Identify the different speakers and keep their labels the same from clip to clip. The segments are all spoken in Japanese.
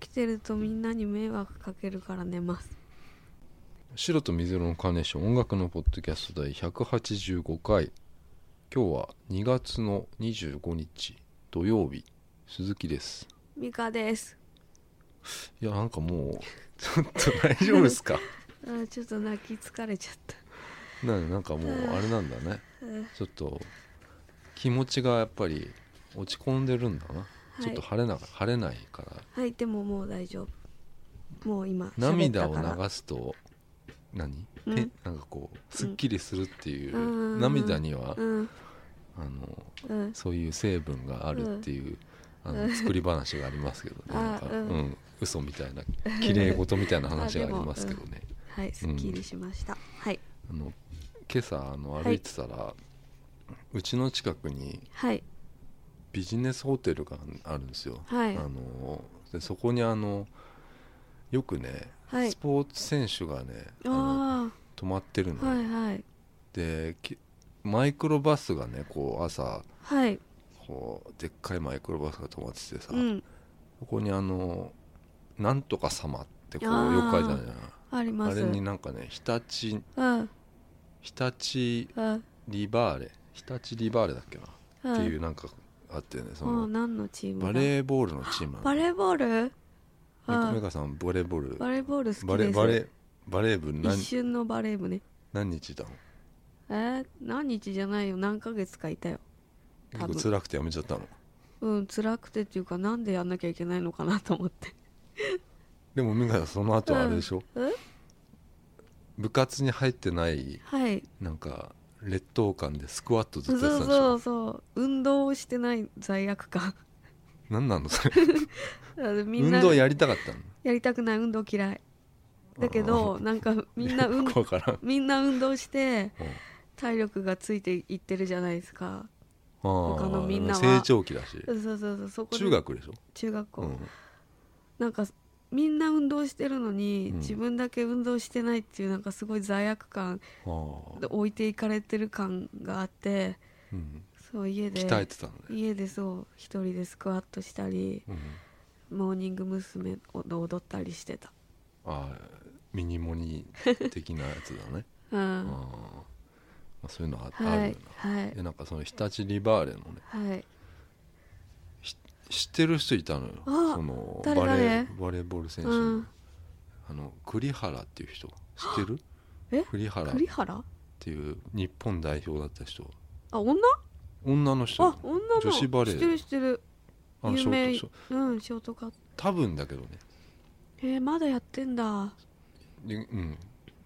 Speaker 1: 起きてるとみんなに迷惑かけるから寝ます
Speaker 2: 白と水色のカーネーション音楽のポッドキャスト第185回今日は2月の25日土曜日鈴木です
Speaker 1: ミカです
Speaker 2: いやなんかもう ちょっと大丈夫で すか
Speaker 1: あーちょっと泣き疲れちゃった
Speaker 2: なんなんかもうあれなんだね
Speaker 1: うん
Speaker 2: ちょっと気持ちがやっぱり落ち込んでるんだな、ちょっと晴れな晴れないから
Speaker 1: はいでももう大丈夫もう今喋った
Speaker 2: 涙
Speaker 1: か
Speaker 2: を
Speaker 1: ら
Speaker 2: 流すと何、
Speaker 1: うん
Speaker 2: てなんかこうすっきりするっていう、
Speaker 1: うん
Speaker 2: 涙には、
Speaker 1: うん
Speaker 2: あの
Speaker 1: うん
Speaker 2: そういう成分があるっていう、あ
Speaker 1: う
Speaker 2: の
Speaker 1: ん
Speaker 2: 作り話がありますけどね
Speaker 1: あ
Speaker 2: なんか、う
Speaker 1: うんん
Speaker 2: 嘘みたいな綺麗事みたいな話がありますけど ね、
Speaker 1: はいすっきりしました、はい
Speaker 2: あの今朝あの
Speaker 1: い
Speaker 2: 歩いてたら、うちの近くに
Speaker 1: はいう
Speaker 2: ビジネスホテルがあるんですよ。
Speaker 1: はい
Speaker 2: あのでそこにあのよくね、
Speaker 1: はい
Speaker 2: スポーツ選手がねあの
Speaker 1: あ
Speaker 2: 泊まってる
Speaker 1: あ
Speaker 2: の、
Speaker 1: はいはい
Speaker 2: できマイクロバスがねこう朝
Speaker 1: はい
Speaker 2: こうでっかいマイクロバスが止まっててさ、
Speaker 1: うん
Speaker 2: ここにあの「なんとか様」ってこう
Speaker 1: あー
Speaker 2: よく書いてあるじゃない
Speaker 1: あり
Speaker 2: あ
Speaker 1: ます
Speaker 2: れになんかね日立
Speaker 1: うん
Speaker 2: 日立
Speaker 1: うん
Speaker 2: リバーレ日立リバーレだっけな、
Speaker 1: うん
Speaker 2: っていうなんかあってねそ
Speaker 1: もう
Speaker 2: の
Speaker 1: 何のチームだ
Speaker 2: バレーボールのチームなの
Speaker 1: バレーボール
Speaker 2: メ
Speaker 1: あ
Speaker 2: カメカさんバレーボール
Speaker 1: バレーボール好きです
Speaker 2: バレーバレーバレー部何
Speaker 1: 一瞬のバレー部ね
Speaker 2: 何日いたの
Speaker 1: えー、何日じゃないよ何ヶ月かいたよ多分
Speaker 2: 結構辛くてやめちゃったの
Speaker 1: うん辛くてっていうかなんでやんなきゃいけないのかなと思って
Speaker 2: でもメカさんその後あれでしょ、
Speaker 1: うん
Speaker 2: 部活に入ってない
Speaker 1: はい
Speaker 2: なんか劣等感でスクワットず
Speaker 1: そ
Speaker 2: っ
Speaker 1: う
Speaker 2: とやってたんでしょ
Speaker 1: そうそう運動をしてない罪悪感
Speaker 2: 何なのそれ
Speaker 1: みん
Speaker 2: 運
Speaker 1: な
Speaker 2: 動やりたかったの
Speaker 1: やりたくない運動嫌いだけどなんかみんな運
Speaker 2: よくわからん
Speaker 1: みんな運動して
Speaker 2: うん
Speaker 1: 体力がついていってるじゃないですか
Speaker 2: あー
Speaker 1: 他のみんなは
Speaker 2: 成長期だし
Speaker 1: そうそうそうそこで
Speaker 2: 中学でしょ、
Speaker 1: 中学校、
Speaker 2: うん、
Speaker 1: なんかみんな運動してるのに、
Speaker 2: うん
Speaker 1: 自分だけ運動してないっていうなんかすごい罪悪感
Speaker 2: あー
Speaker 1: で置いていかれてる感があって
Speaker 2: うん、
Speaker 1: そう家で
Speaker 2: 鍛えてたのね、
Speaker 1: 家でそう一人でスクワットしたり
Speaker 2: うん、
Speaker 1: モーニング娘。を踊ったりしてた
Speaker 2: あーミニモニ的なやつだね
Speaker 1: う
Speaker 2: あー、
Speaker 1: ん
Speaker 2: まあ、そういうのあ,、ある
Speaker 1: は
Speaker 2: よ
Speaker 1: いはい
Speaker 2: なでなんかその日立リバーレのね
Speaker 1: はい
Speaker 2: 知ってる人いたのよ
Speaker 1: あ
Speaker 2: その
Speaker 1: 誰
Speaker 2: バレ
Speaker 1: 誰
Speaker 2: ーバレーボール選手の,、
Speaker 1: うん
Speaker 2: あの栗原っていう人知ってる
Speaker 1: え
Speaker 2: 栗原っ
Speaker 1: 栗原
Speaker 2: ていう日本代表だった人
Speaker 1: あ女
Speaker 2: 女の人
Speaker 1: あ女の
Speaker 2: 女子バレー
Speaker 1: 知ってる知ってる
Speaker 2: あのシ
Speaker 1: 有
Speaker 2: ョー
Speaker 1: 名
Speaker 2: トショート
Speaker 1: うんショートカット
Speaker 2: 多分だけどね
Speaker 1: えー、まだやってんだ
Speaker 2: でうん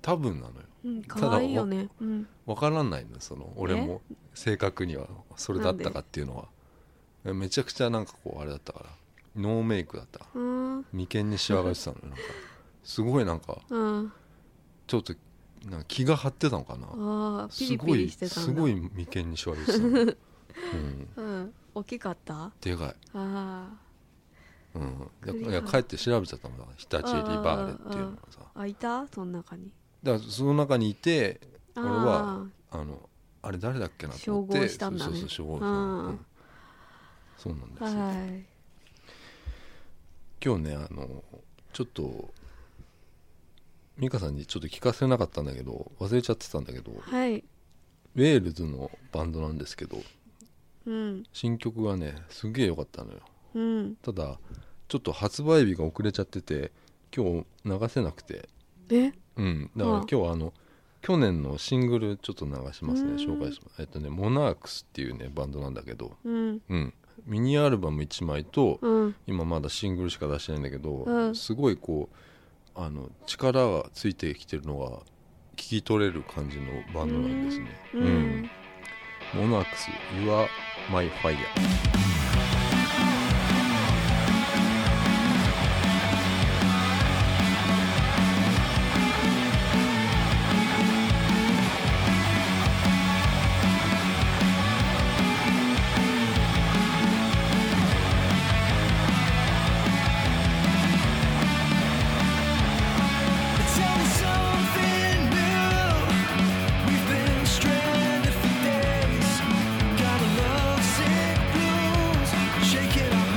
Speaker 2: 多分なのよ
Speaker 1: うん可愛いよねうん
Speaker 2: わからないのその俺も正確にはそれだったかっていうのはめちゃくちゃなんかこうあれだったからノーメイクだったから
Speaker 1: うん
Speaker 2: 眉間にしわが出てたのよ なんかすごいなんか
Speaker 1: うん
Speaker 2: ちょっとなんか気が張ってたのかな
Speaker 1: あーピ
Speaker 2: す
Speaker 1: リ
Speaker 2: ご
Speaker 1: ピリ
Speaker 2: い
Speaker 1: してたんだ
Speaker 2: すごい眉間にしわが出て たのよ、うん、
Speaker 1: うん大きかったあ
Speaker 2: でかい、
Speaker 1: あ
Speaker 2: うん、だ
Speaker 1: 栗
Speaker 2: か
Speaker 1: 原
Speaker 2: らいや帰って調べちゃったもんだから日立リバーレっていうのがさ
Speaker 1: ーあいたその中に
Speaker 2: だからその中にいて
Speaker 1: あ
Speaker 2: 俺
Speaker 1: ー
Speaker 2: はあのあれ誰だっけなと思って
Speaker 1: 照合したんだね
Speaker 2: そうそうそう照合した
Speaker 1: う
Speaker 2: の
Speaker 1: ん
Speaker 2: うんそうなんですよ、
Speaker 1: はい
Speaker 2: 今日ねあのちょっと美香さんにちょっと聞かせなかったんだけど忘れちゃってたんだけど
Speaker 1: はい
Speaker 2: ウェールズのバンドなんですけど
Speaker 1: うん
Speaker 2: 新曲がねすげえ良かったのよ
Speaker 1: うん
Speaker 2: ただちょっと発売日が遅れちゃってて今日流せなくて
Speaker 1: え
Speaker 2: うんだから
Speaker 1: ああ
Speaker 2: 今日はあの去年のシングルちょっと流しますね
Speaker 1: うん
Speaker 2: 紹介しますえっとねモナークスっていうねバンドなんだけど
Speaker 1: うん
Speaker 2: うんミニアルバム1枚と
Speaker 1: うん
Speaker 2: 今まだシングルしか出してないんだけど、
Speaker 1: うん
Speaker 2: すごいこうあの力がついてきてるのが聞き取れる感じのバンドなんですね。
Speaker 1: うん、
Speaker 2: モナックス Your My Fire
Speaker 3: 「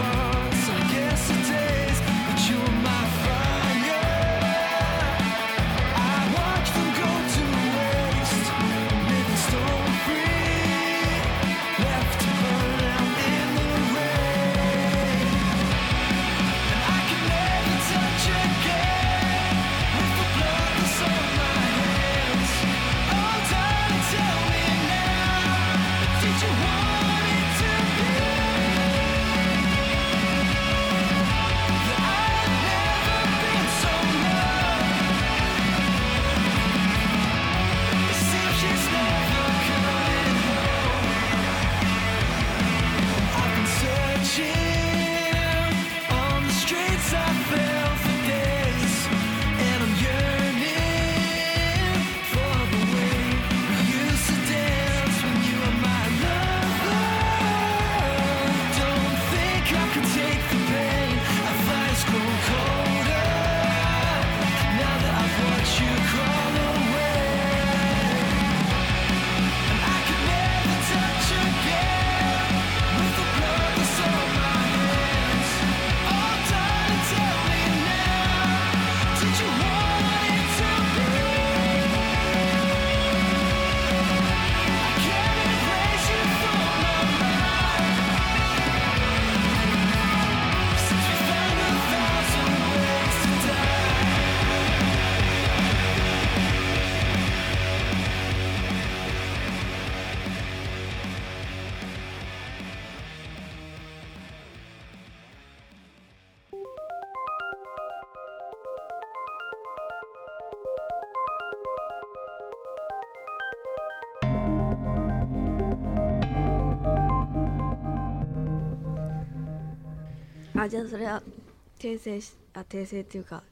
Speaker 1: あじゃあそれは訂正しあ訂正っていうか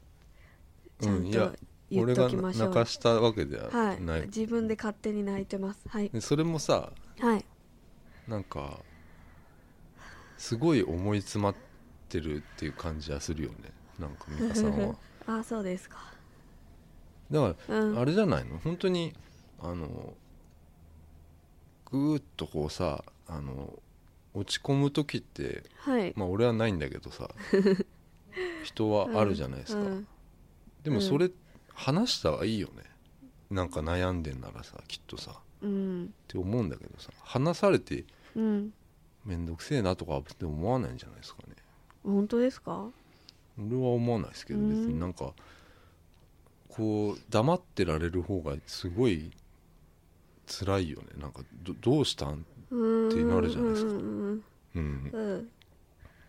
Speaker 1: ちゃ
Speaker 2: うん
Speaker 1: ん
Speaker 2: いや
Speaker 1: と言っ
Speaker 2: 俺
Speaker 1: と
Speaker 2: が
Speaker 1: きましょう、
Speaker 2: 泣かしたわけで
Speaker 1: は
Speaker 2: はいない、
Speaker 1: 自分で勝手に泣いてますはい
Speaker 2: でそれもさ
Speaker 1: はい
Speaker 2: なんかすごい思い詰まってるっていう感じはするよねなんか美香さん は
Speaker 1: あそうですか
Speaker 2: だから
Speaker 1: うん
Speaker 2: あれじゃないの本当にあのぐーっとこうさあの落ち込む時って
Speaker 1: はい
Speaker 2: まあ俺はないんだけ どさ人はあるじゃないですか、
Speaker 1: うん
Speaker 2: でもそれ話したはいいよねなんか悩んでんならさきっとさっ
Speaker 1: うん
Speaker 2: て思うんだけどさ話されて
Speaker 1: うん
Speaker 2: 面倒くせえなとかって思わないんじゃないですかね
Speaker 1: 本当ですか
Speaker 2: 俺は思わないですけど別
Speaker 1: う
Speaker 2: に
Speaker 1: ん
Speaker 2: なんかこう黙ってられる方がすごい辛いよねなんかどどうしたん、
Speaker 1: うん
Speaker 2: ってなるじゃないですか
Speaker 1: うんうん
Speaker 2: うん、
Speaker 1: うんうん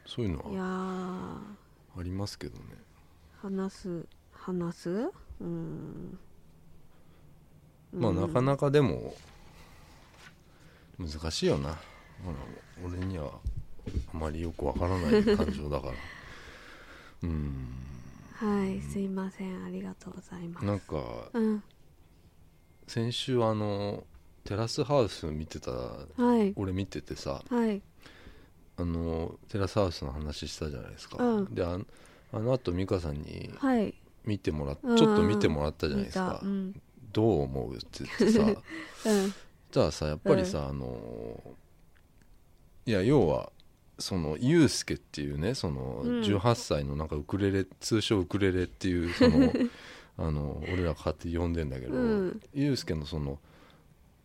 Speaker 2: そういうの
Speaker 1: いや
Speaker 2: は
Speaker 1: ー
Speaker 2: ありますけどね
Speaker 1: 話す話すうん
Speaker 2: まあなかなかでも難しいよな、ほら俺にはあまりよくわからない感情だ からうん
Speaker 1: はいすいませんありがとうございます
Speaker 2: なんか
Speaker 1: うん
Speaker 2: 先週あのテラスハウス見てた
Speaker 1: はい
Speaker 2: 俺見ててさ、
Speaker 1: はい
Speaker 2: あのテラスハウスの話したじゃないですか、
Speaker 1: うん
Speaker 2: であんあのあと美香さんに
Speaker 1: はい
Speaker 2: 見てもらっ、
Speaker 1: うん
Speaker 2: ちょっと見てもらったじゃな
Speaker 1: 見
Speaker 2: いです
Speaker 1: た
Speaker 2: か、
Speaker 1: うん
Speaker 2: どう思うって言ってさ
Speaker 1: うん
Speaker 2: じゃあさやっぱりさ、あのいや要はそのユうスケっていうねその
Speaker 1: うん
Speaker 2: 18歳のなんかウクレレ、通称ウクレレっていう そのあの俺ら勝手に呼んでんだけど、
Speaker 1: うん
Speaker 2: ユうスケのその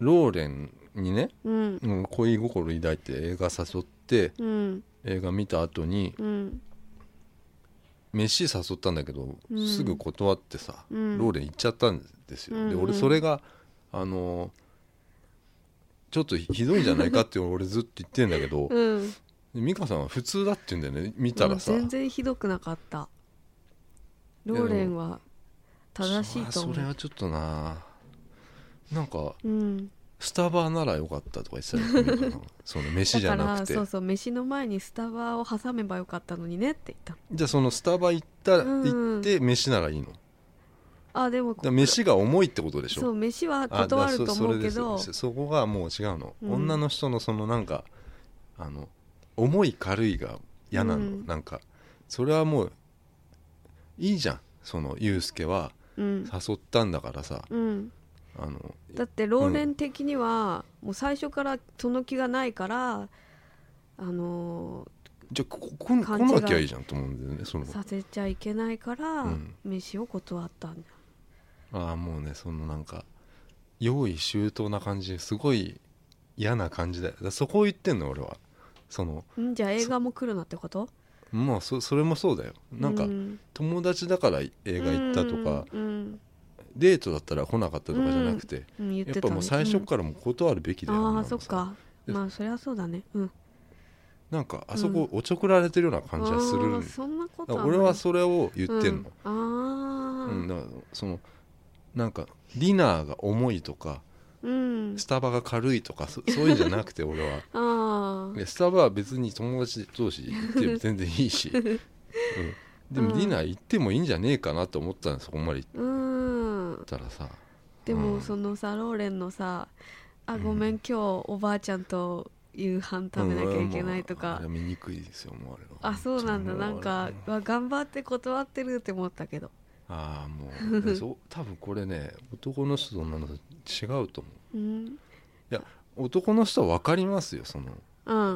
Speaker 2: ローレンにね
Speaker 1: うん
Speaker 2: うん恋心抱いて映画誘って
Speaker 1: うん
Speaker 2: 映画見た後に
Speaker 1: うん
Speaker 2: 飯誘ったんだけど、
Speaker 1: うん
Speaker 2: すぐ断ってさ、
Speaker 1: うん
Speaker 2: ローレン行っちゃったんですよ、
Speaker 1: うん
Speaker 2: で
Speaker 1: うん
Speaker 2: 俺それがあのちょっとひどいんじゃないかって俺ずっと言ってんだけど
Speaker 1: うん
Speaker 2: で美香さんは普通だって言うんだよね見たらさ、
Speaker 1: うん全然ひどくなかったローレンは正しいと思
Speaker 2: そうそれはちょっとななんか
Speaker 1: うん、
Speaker 2: スタバならよかったとか言ってたよ美香 さんその飯じ
Speaker 1: だ
Speaker 2: ゃ
Speaker 1: か
Speaker 2: な
Speaker 1: ら
Speaker 2: くて
Speaker 1: そうそう飯の前にスタバを挟めばよかったのにねって言っ
Speaker 2: じゃあそのスタバ行ったら、
Speaker 1: うん
Speaker 2: 行って飯ならいいのだか
Speaker 1: たあでもこ
Speaker 2: ら飯が重いってことでしょ
Speaker 1: そう飯は
Speaker 2: あ
Speaker 1: 断ると
Speaker 2: だそそ
Speaker 1: 思
Speaker 2: れ
Speaker 1: う
Speaker 2: で
Speaker 1: け
Speaker 2: す
Speaker 1: ど
Speaker 2: そそこがもう違うの、
Speaker 1: うん
Speaker 2: 女の人のそのなんかあの重い軽いが嫌なの、
Speaker 1: うん
Speaker 2: なんかそれはもういいじゃんそのユうスケは
Speaker 1: うん、
Speaker 2: 誘ったんだからさ、
Speaker 1: うん、
Speaker 2: あの
Speaker 1: だってローレン的にはもう最初からその気がないからあの
Speaker 2: じゃあここ来
Speaker 1: 勘違い
Speaker 2: なきゃいいじゃんと思うんだよねその
Speaker 1: ーさせちゃいけないから、
Speaker 2: うん
Speaker 1: 飯を断ったんだ
Speaker 2: ああもうねそのなんか用意周到な感じすごい嫌な感じだよだからそこを言ってんの俺はその
Speaker 1: んじゃあ映画も来るなってこと
Speaker 2: まあそそれもそうだよなんか、
Speaker 1: う
Speaker 2: 友達だから映画行ったとか、
Speaker 1: うんうん
Speaker 2: デートだったら来なかったとかじゃなくて、
Speaker 1: うん言って
Speaker 2: や
Speaker 1: た
Speaker 2: っぱもう最初からもう断るべきだよ、
Speaker 1: あ
Speaker 2: な
Speaker 1: あ
Speaker 2: ん
Speaker 1: そ
Speaker 2: か
Speaker 1: っ
Speaker 2: さ
Speaker 1: か
Speaker 2: で
Speaker 1: まあそりゃそうだねうん
Speaker 2: なんかあそこおちょくられてるような感じはするん
Speaker 1: あ
Speaker 2: だ
Speaker 1: ーそんなこと
Speaker 2: から
Speaker 1: ない
Speaker 2: 俺はそれを言って
Speaker 1: う
Speaker 2: んの、
Speaker 1: ん、ああ
Speaker 2: うんだからそのなんかディナーが重いとか
Speaker 1: うん、
Speaker 2: スタバが軽いとかそそういうんじゃな くて俺は
Speaker 1: ああ
Speaker 2: でスタバは別に友達同士行っても全然いい し、うん、でもディナー行ってもいいんじゃねえかなと思ったのそこまで行っ
Speaker 1: うん
Speaker 2: たらさ
Speaker 1: で
Speaker 2: う
Speaker 1: も
Speaker 2: ん
Speaker 1: そのさローレンのさ「あ
Speaker 2: うん
Speaker 1: ごめん今日おばあちゃんと夕飯食べなきゃいけない」とか、
Speaker 2: うんもうあれ見にくいですよもうあれ
Speaker 1: あ
Speaker 2: は
Speaker 1: そうなんだ
Speaker 2: もうあ
Speaker 1: な
Speaker 2: れ
Speaker 1: んかわ頑張って断ってるって思ったけど
Speaker 2: ああもう でそう多分これね男の人と女の人違うと思
Speaker 1: うん
Speaker 2: う男の人は分かりますよその、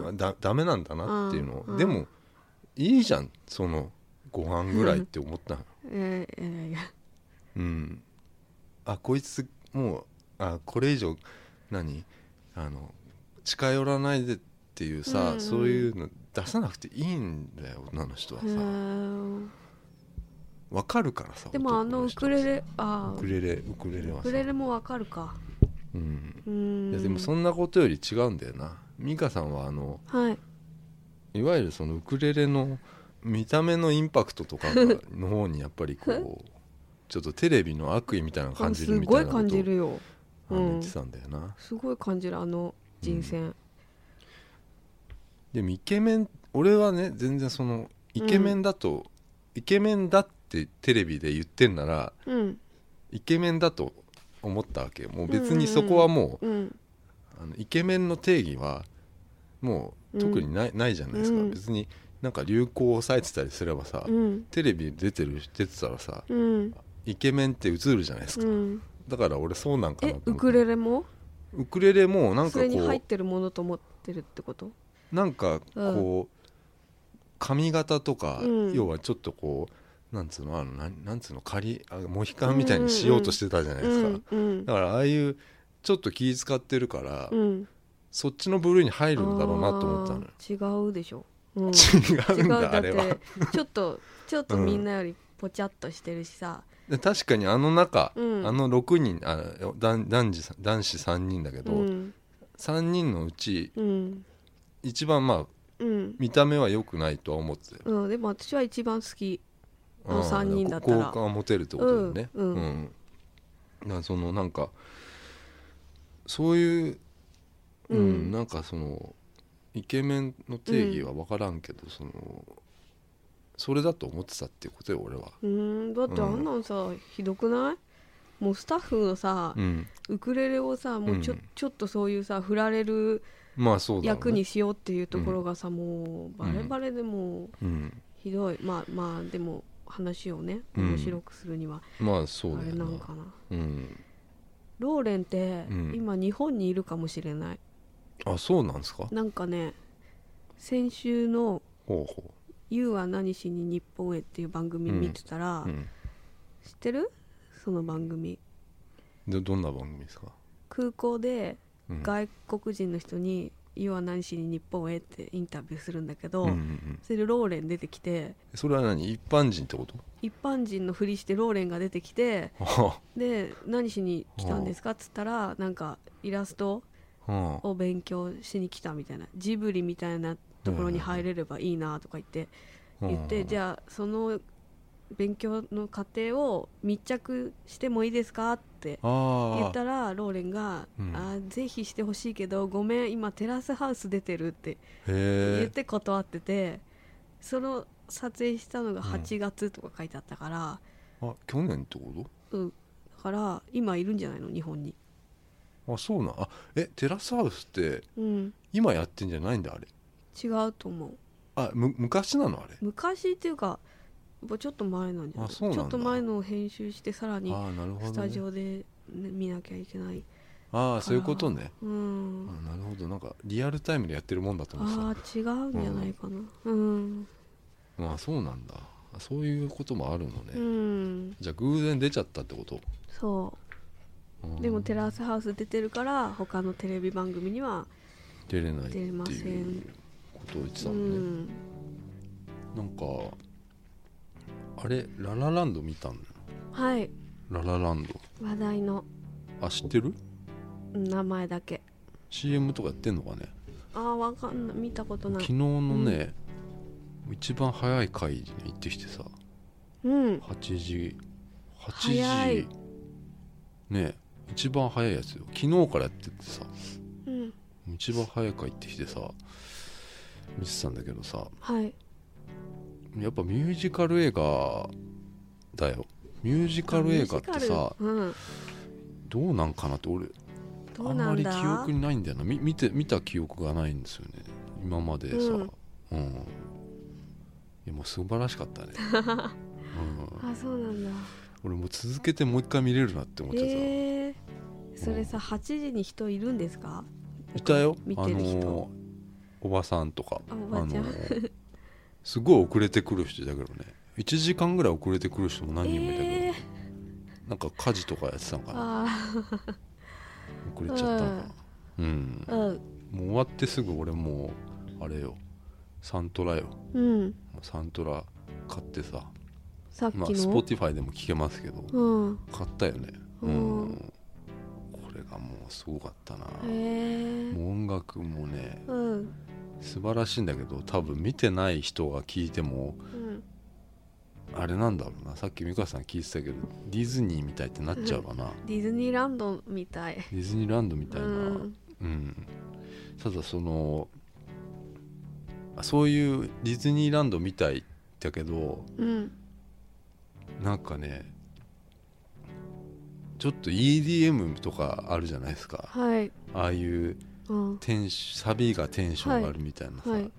Speaker 1: うん
Speaker 2: だダメなんだなっていうのを、
Speaker 1: うんうん
Speaker 2: でもいいじゃんそのご飯ぐらいって思ったの
Speaker 1: えー、いやいや
Speaker 2: うんあこいつもうあこれ以上何あの近寄らないでっていうさ、
Speaker 1: うんうん
Speaker 2: そういうの出さなくていいんだよ女の人は
Speaker 1: う
Speaker 2: さ、
Speaker 1: ーん
Speaker 2: 分かるからさ
Speaker 1: でもあ
Speaker 2: 男
Speaker 1: のウ
Speaker 2: 人
Speaker 1: ク
Speaker 2: は
Speaker 1: レ
Speaker 2: さ
Speaker 1: レあー
Speaker 2: ウクレレウクレレ
Speaker 1: ウ
Speaker 2: はさ
Speaker 1: クレレもわかるか
Speaker 2: うん
Speaker 1: うん
Speaker 2: いやでもそんなことより違うんだよな美香さんはあの
Speaker 1: はい
Speaker 2: いわゆるそのウクレレの見た目のインパクトとかがの方にやっぱりこうちょっとテレビの悪意みたいなの感じる
Speaker 1: す
Speaker 2: みた
Speaker 1: ご
Speaker 2: い
Speaker 1: い
Speaker 2: なことを
Speaker 1: 感じるよ
Speaker 2: あの
Speaker 1: うん
Speaker 2: 言ってたんだよな、
Speaker 1: すごい感じるあの人選
Speaker 2: でもイケメン俺はね全然そのイケメンだと、イケメンだってテレビで言ってんなら
Speaker 1: うん
Speaker 2: イケメンだと思ったわけよもう別にそこはもう、
Speaker 1: うん
Speaker 2: あのイケメンの定義はもう特にない,、ないじゃないですか、
Speaker 1: うん
Speaker 2: 別になんか流行を抑えてたりすればさ、
Speaker 1: うん
Speaker 2: テレビ出てる出てたらさ
Speaker 1: うん
Speaker 2: イケメンって映るじゃないです
Speaker 1: う
Speaker 2: か、
Speaker 1: ん
Speaker 2: だから俺そうなんかな
Speaker 1: え
Speaker 2: と思って
Speaker 1: ウクレレも
Speaker 2: ウクレレもなん
Speaker 1: そ
Speaker 2: か
Speaker 1: れ
Speaker 2: こ
Speaker 1: に入っ
Speaker 2: う
Speaker 1: てるものと思ってるってこと
Speaker 2: なんかこう、髪型とか、
Speaker 1: うん
Speaker 2: 要はちょっとこうなんつうのあのなんなんつうの仮あモヒカンみたいにしようとしてたじゃないですか、
Speaker 1: うんうん
Speaker 2: だからああいうちょっと気使ってるから、
Speaker 1: うん
Speaker 2: そっちの部類に入
Speaker 1: い
Speaker 2: るんだろうなと思ったのよ
Speaker 1: 違うでしょ、うん
Speaker 2: 違
Speaker 1: 違う
Speaker 2: う
Speaker 1: ん
Speaker 2: だ
Speaker 1: だ
Speaker 2: あ
Speaker 1: っ
Speaker 2: れ
Speaker 1: て
Speaker 2: は
Speaker 1: ちょっとちょっとみんなよりぽちゃっとしてるしさ、
Speaker 2: で確かにあの中、
Speaker 1: うん
Speaker 2: あの6人あ男男児さ男子3人だけ
Speaker 1: う
Speaker 2: ど、
Speaker 1: ん
Speaker 2: 3人のうち
Speaker 1: うん
Speaker 2: 一番まあ
Speaker 1: うん
Speaker 2: 見た目は良くないとは思ってる
Speaker 1: うん、でも私は一番好きあ
Speaker 2: うん
Speaker 1: の三人だったら
Speaker 2: 好感を持てるってことだよね
Speaker 1: うんうん
Speaker 2: だからそのなんかそういううん、
Speaker 1: うん
Speaker 2: なんかそのイケメンの定義は分からんけど、そのそれだと思ってたっていうことよ俺は
Speaker 1: うーんだってあんなんさ、ひどくないもうスタッフのさ
Speaker 2: う、ん
Speaker 1: ウクレレをさもうちょ,、
Speaker 2: うん
Speaker 1: ちょっとそういうさ振られる
Speaker 2: まあそうだろ
Speaker 1: 役
Speaker 2: うね
Speaker 1: にしようっていうところがさ、もうバレバレでもう
Speaker 2: うん、
Speaker 1: ひどいまあまあでも話をね
Speaker 2: うん
Speaker 1: 面白くするには
Speaker 2: まあそう
Speaker 1: あ
Speaker 2: だ
Speaker 1: れ
Speaker 2: よ
Speaker 1: な
Speaker 2: な
Speaker 1: のかな、
Speaker 2: うん、
Speaker 1: ローレンって
Speaker 2: うん
Speaker 1: 今日本にいるかもしれない、
Speaker 2: あそうなんですか
Speaker 1: なんかね先週の
Speaker 2: ほうほ
Speaker 1: 「YOU は何しに日本へ」っていう番組見てたら、
Speaker 2: う、うん、
Speaker 1: 知ってるその番組
Speaker 2: でどんな番組ですか、
Speaker 1: 空港で
Speaker 2: うん、
Speaker 1: 外国人の人に「YOU は何しに日本へ」ってインタビューするんだけど、
Speaker 2: うんうんうん、
Speaker 1: それでローレン出てきて
Speaker 2: それは何一般人ってこと
Speaker 1: 一般人のふりしてローレンが出てきて
Speaker 2: は
Speaker 1: で何しに来たんですかっつったらなんかイラスト
Speaker 2: あはあ
Speaker 1: を勉強しに来たみたいなジブリみたいなところに入れればいいなとか言って言ってじ
Speaker 2: ゃ
Speaker 1: ゃあその勉強の過程を密着してもいいですかって
Speaker 2: ああ
Speaker 1: 言ったらローレンが「
Speaker 2: うん
Speaker 1: あーぜひしてほしいけどごめん今テラスハウス出てる」って言っ
Speaker 2: へえ
Speaker 1: て断っててその撮影したのが8月とか書いてあったから、
Speaker 2: あ去年ってこ
Speaker 1: うん、だから今いるんじゃないの日本に。
Speaker 2: とあそうなんあえテラスハウスって
Speaker 1: うん
Speaker 2: 今やってんじゃないんだあれ
Speaker 1: 違うと思う
Speaker 2: あむ昔なのあれ
Speaker 1: 昔っていうかぼちょっと前なんじゃない
Speaker 2: あそうな
Speaker 1: ち
Speaker 2: んだ
Speaker 1: ょっと前のを編集してさらに
Speaker 2: ああなるほ
Speaker 1: ス
Speaker 2: ど、
Speaker 1: タ
Speaker 2: ね
Speaker 1: ジ、オで、ね見なきゃいけない
Speaker 2: ああそういうことね
Speaker 1: う
Speaker 2: あ
Speaker 1: ん
Speaker 2: なるほどなんかリアルタイムでやってるもんだと思って
Speaker 1: ああ違うんじゃないかなうん
Speaker 2: たああそうなんだあそういうこともあるのね、
Speaker 1: うん
Speaker 2: じゃあ偶然出ちゃったってこと
Speaker 1: そ
Speaker 2: うん
Speaker 1: うでもテラスハウス出てるから他のテレビ番組には
Speaker 2: 出れないって
Speaker 1: 出れませ
Speaker 2: いうんことを言って
Speaker 1: う
Speaker 2: たもんね、
Speaker 1: ん
Speaker 2: なんかあれララランド見たの
Speaker 1: はい
Speaker 2: ララランド
Speaker 1: 話題の
Speaker 2: あ知ってる
Speaker 1: うん名前だけ
Speaker 2: CM とかやってんのかね
Speaker 1: ああわかんない見たことな
Speaker 2: 昨
Speaker 1: い
Speaker 2: 日のね、一番早い回に行ってきてさ
Speaker 1: うん
Speaker 2: 8時
Speaker 1: 早
Speaker 2: 8
Speaker 1: い
Speaker 2: 時ね一番早いやつよ昨日からやっててさ
Speaker 1: うん
Speaker 2: 一番早い回行ってきてさ見てたんだけどさ
Speaker 1: はい
Speaker 2: やっぱミュージカル映画だよミュージカル映画って
Speaker 1: ミュー
Speaker 2: さ
Speaker 1: ジカルうん
Speaker 2: どうなんかなって俺
Speaker 1: ど
Speaker 2: あ
Speaker 1: うんな
Speaker 2: ま
Speaker 1: ん
Speaker 2: り
Speaker 1: だ
Speaker 2: 記憶にないんだよなみ見て見た記憶がないんですよね今までさ、う
Speaker 1: うんん
Speaker 2: いやもう素晴らしかったね、うん、
Speaker 1: あそうなんだ
Speaker 2: 俺もう続けてもう一回見れるなって思ってさ、
Speaker 1: ええそれさ8時に人いるんですか
Speaker 2: いたよ
Speaker 1: 見てる人
Speaker 2: あのーおばさんとか
Speaker 1: あおばちゃん
Speaker 2: ーすごい遅れてくる人だけどね1時間ぐらい遅れてくる人も何人もいたけど、
Speaker 1: ええ
Speaker 2: なんか家事とかやってたのか
Speaker 1: あ
Speaker 2: な遅れちゃったのかなうん
Speaker 1: あうん
Speaker 2: もう終わってすぐ俺もうあれよサントラよ
Speaker 1: うん
Speaker 2: サントラ買ってさ
Speaker 1: さっき
Speaker 2: ま
Speaker 1: の、
Speaker 2: あスポティファイでも聞けますけど
Speaker 1: うん
Speaker 2: 買ったよねう
Speaker 1: うん
Speaker 2: んこれがもうすごかったな
Speaker 1: へえ
Speaker 2: もう音楽もね
Speaker 1: うん
Speaker 2: 素晴らしいんだけど多分見てない人が聞いても
Speaker 1: うん
Speaker 2: あれなんだろうなさっき美香さん聞いてたけどディズニーみたいってなっちゃうかな
Speaker 1: ディズニーランドみたい
Speaker 2: ディズニーランドみたいうな、
Speaker 1: ん
Speaker 2: うん、ただそのあそういうディズニーランドみたいっったけど
Speaker 1: うん
Speaker 2: なんかねちょっと EDM とかあるじゃないですか
Speaker 1: はい
Speaker 2: ああいう
Speaker 1: うん
Speaker 2: テンシサビがテンションがあるみたいなさ、
Speaker 1: はい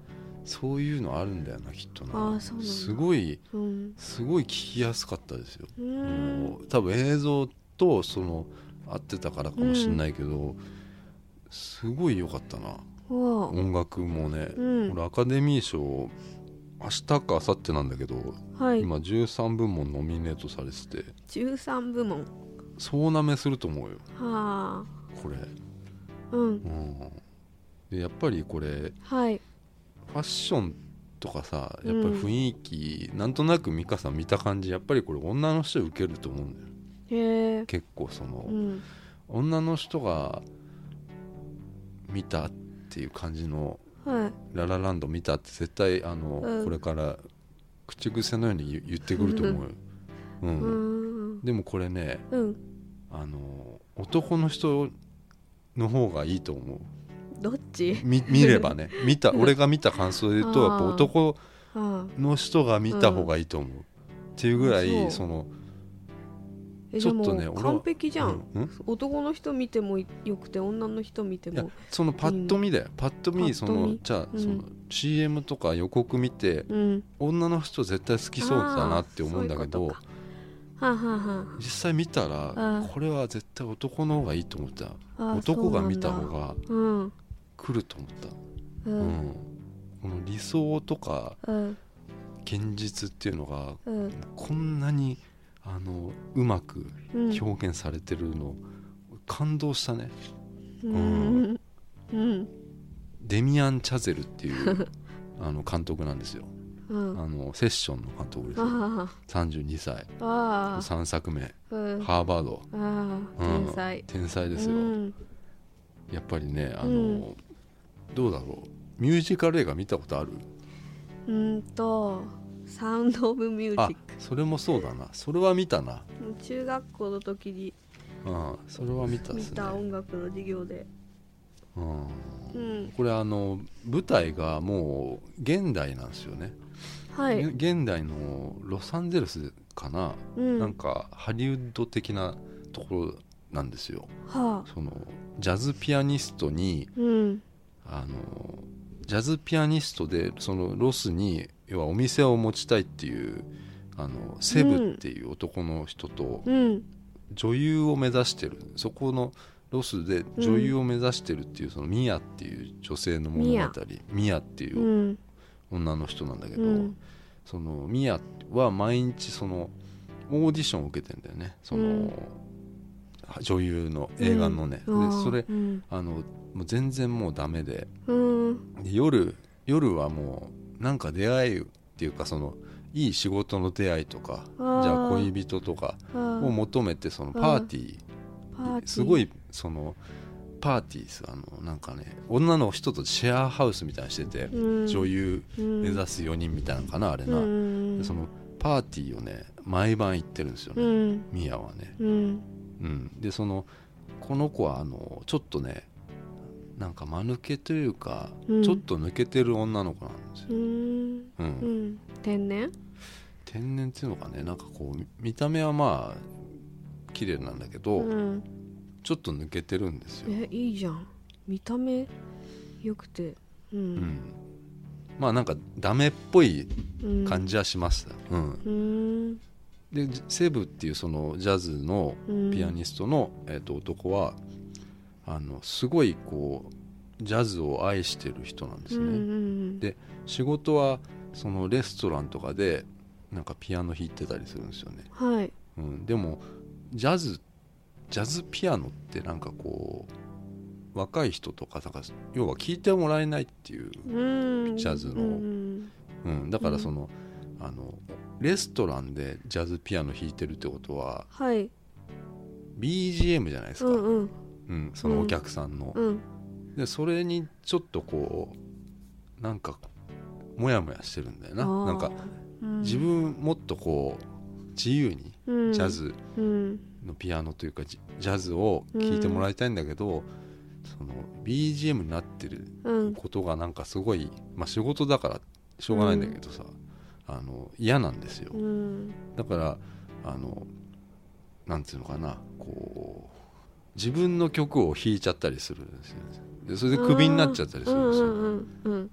Speaker 2: そういうのあるんだよなきっと
Speaker 1: あ
Speaker 2: な
Speaker 1: ーそうなんだ
Speaker 2: すごい
Speaker 1: うん
Speaker 2: すごい聞きやすかったですよ、
Speaker 1: う
Speaker 2: あ
Speaker 1: ん
Speaker 2: の多分映像とその合ってたからかもしれないけど、すごい良かったな
Speaker 1: わあ
Speaker 2: 音楽もね、
Speaker 1: うん
Speaker 2: 俺アカデミー賞明日か明後日なんだけど、
Speaker 1: はい
Speaker 2: 今13部門ノミネートされてて
Speaker 1: 13部門
Speaker 2: 総なめすると思うよ
Speaker 1: はあ
Speaker 2: これ、
Speaker 1: うん
Speaker 2: うん、でやっぱりこれフ
Speaker 1: はい
Speaker 2: ァッションとかさやっぱり雰囲気、なんとなく美香さん見た感じやっぱりこれ女の人受けると思うんだよ
Speaker 1: へえ
Speaker 2: 結構その、
Speaker 1: うん
Speaker 2: 女の人が見たっていう感じの
Speaker 1: はい
Speaker 2: 「ララランド」見たって絶対あの、
Speaker 1: うん
Speaker 2: これから口癖のように言言ってくると思うよ、う ん
Speaker 1: うーん
Speaker 2: でもこれね
Speaker 1: うん
Speaker 2: あの男の人の方がいいと思う
Speaker 1: どっち
Speaker 2: み見ればね見た俺が見た感想で言うとやっぱ
Speaker 1: あー
Speaker 2: 男
Speaker 1: はあ
Speaker 2: の人が見た方がいいと思う、っていうぐら
Speaker 1: そう
Speaker 2: いその
Speaker 1: え
Speaker 2: ち
Speaker 1: じゃあ
Speaker 2: ょっ
Speaker 1: も
Speaker 2: とね
Speaker 1: う
Speaker 2: 俺は
Speaker 1: 完璧じゃん、
Speaker 2: うんうん
Speaker 1: 男の人見てもよくて女の人見て
Speaker 2: いや
Speaker 1: も
Speaker 2: そのパッと見だよ、パッ
Speaker 1: パッと
Speaker 2: と見
Speaker 1: 見
Speaker 2: そのじゃあ
Speaker 1: うん
Speaker 2: その CM とか予告見て
Speaker 1: うん
Speaker 2: 女の人絶対好きそうだなって思うんだけ
Speaker 1: あーそうい
Speaker 2: ど
Speaker 1: うことかはあ、はあは
Speaker 2: 実際見たら
Speaker 1: ん
Speaker 2: これは絶対男の方がいいと思った
Speaker 1: あ、あー
Speaker 2: 男が見た
Speaker 1: そう
Speaker 2: 方
Speaker 1: なんだ
Speaker 2: が
Speaker 1: うん
Speaker 2: 来ると思った
Speaker 1: う
Speaker 2: うんん、この理想とか
Speaker 1: うん
Speaker 2: 現実っていうのが
Speaker 1: うん
Speaker 2: こんなにあのうまく
Speaker 1: うん
Speaker 2: 表現されてるの、感動したね
Speaker 1: うんうん
Speaker 2: デミアン・チャゼルっていう あの監督なんですよ
Speaker 1: うん
Speaker 2: あのセッションの監督です
Speaker 1: あ
Speaker 2: 32歳
Speaker 1: あああ
Speaker 2: 3作目
Speaker 1: うんあ
Speaker 2: ハーバード
Speaker 1: あ
Speaker 2: うん
Speaker 1: 天才
Speaker 2: 天才ですよ、
Speaker 1: うん
Speaker 2: やっぱりねあの、
Speaker 1: うん
Speaker 2: どうだろうミュージカル映画見たことある
Speaker 1: うーんとサウンド・オブ・ミュー
Speaker 2: あ
Speaker 1: ジッ
Speaker 2: それもそうだなそれは見たな
Speaker 1: ク中学校の時に
Speaker 2: うんそれは見たっ
Speaker 1: 見
Speaker 2: すね
Speaker 1: た音楽の授業で
Speaker 2: うん
Speaker 1: うん
Speaker 2: これあの舞台がもう現代なんですよね、
Speaker 1: はい
Speaker 2: 現代のロサンゼルスかな、
Speaker 1: うん
Speaker 2: なんかハリウッド的なところなんですよ
Speaker 1: はあ
Speaker 2: そのジャズピアニストに
Speaker 1: うん
Speaker 2: あのジャズピアニストでそのロスに要はお店を持ちたいっていうあのセブっていう男の人と
Speaker 1: うん
Speaker 2: 女優を目指してる、そこのロスで女優を目指してるっていうそのミヤっていう女性の物語
Speaker 1: ミ
Speaker 2: ミ
Speaker 1: ヤ
Speaker 2: ヤっていううん女の人なんだけど、
Speaker 1: うん
Speaker 2: そのミヤは毎日そのオーディションを受けてんだよねその、
Speaker 1: うん
Speaker 2: 女優の映画のね、
Speaker 1: うんあ
Speaker 2: で
Speaker 1: あ
Speaker 2: それ
Speaker 1: うん
Speaker 2: あのもう全然もうダメで
Speaker 1: うん
Speaker 2: で夜夜はもうなんか出会いっていうかそのいい仕事の出会いとか
Speaker 1: あ
Speaker 2: じ
Speaker 1: ー
Speaker 2: ゃあ恋人とか
Speaker 1: あ
Speaker 2: を
Speaker 1: ー
Speaker 2: 求めてそのパーティー
Speaker 1: パーティー
Speaker 2: すごいそのパーティーですあのなんかね女の人とシェアハウスみたいにしてて、女優目指す4人みたいなのかなあれな、でそのパーティーをね毎晩行ってるんですよね、ミヤはね、うん、でそのこの子はあのちょっとねなんか間抜けというか、
Speaker 1: うん
Speaker 2: ちょっと抜けてる女の子なんですよ、うん
Speaker 1: 天然
Speaker 2: 天然っていうのかねなんかこう見た目はまあ綺麗なんだけど、
Speaker 1: うん
Speaker 2: ちょっと抜けてるんですよ、
Speaker 1: えいいじゃん見た目よくてう
Speaker 2: うんん、まあなんかダメっぽい
Speaker 1: うん
Speaker 2: 感じはしました、うん
Speaker 1: うん
Speaker 2: でジセブっていうそのジャズの
Speaker 1: うん
Speaker 2: ピアニストの、えっと男はあのすごいこうジャズを愛してる人なんですね、
Speaker 1: うん
Speaker 2: で仕事はそのレストランとかでなんかピアノ弾いてたりするんですよね、
Speaker 1: はい
Speaker 2: うん、でもジャズジャズピアノってなんかこう若い人とかなんか要は聴いてもらえないっていう、
Speaker 1: うん
Speaker 2: ジャズの
Speaker 1: うん
Speaker 2: うん、だからその,、あのレストランでジャズピアノ弾いてるってことは
Speaker 1: はい
Speaker 2: BGM じゃないです
Speaker 1: う
Speaker 2: か、
Speaker 1: んうん
Speaker 2: うん、そのお客さんの、
Speaker 1: うん
Speaker 2: でそれにちょっとこうなんかモヤモヤしてるんだよななんか自分もっとこう自由に
Speaker 1: 分
Speaker 2: ジャズ
Speaker 1: うん
Speaker 2: のピアノというかジジャズを聴いてもらいたいんだけど、その BGM になってる
Speaker 1: うん
Speaker 2: ことがなんかすごい、まあ、仕事だからしょうがないんだけどさ、あの嫌なんですよ、
Speaker 1: うん
Speaker 2: だからあのなんていうのかなこう自分の曲を弾いちゃったりするんですよでそれでクビになっちゃったりす
Speaker 1: う
Speaker 2: るん
Speaker 1: ん
Speaker 2: で
Speaker 1: う
Speaker 2: すよ、
Speaker 1: んうん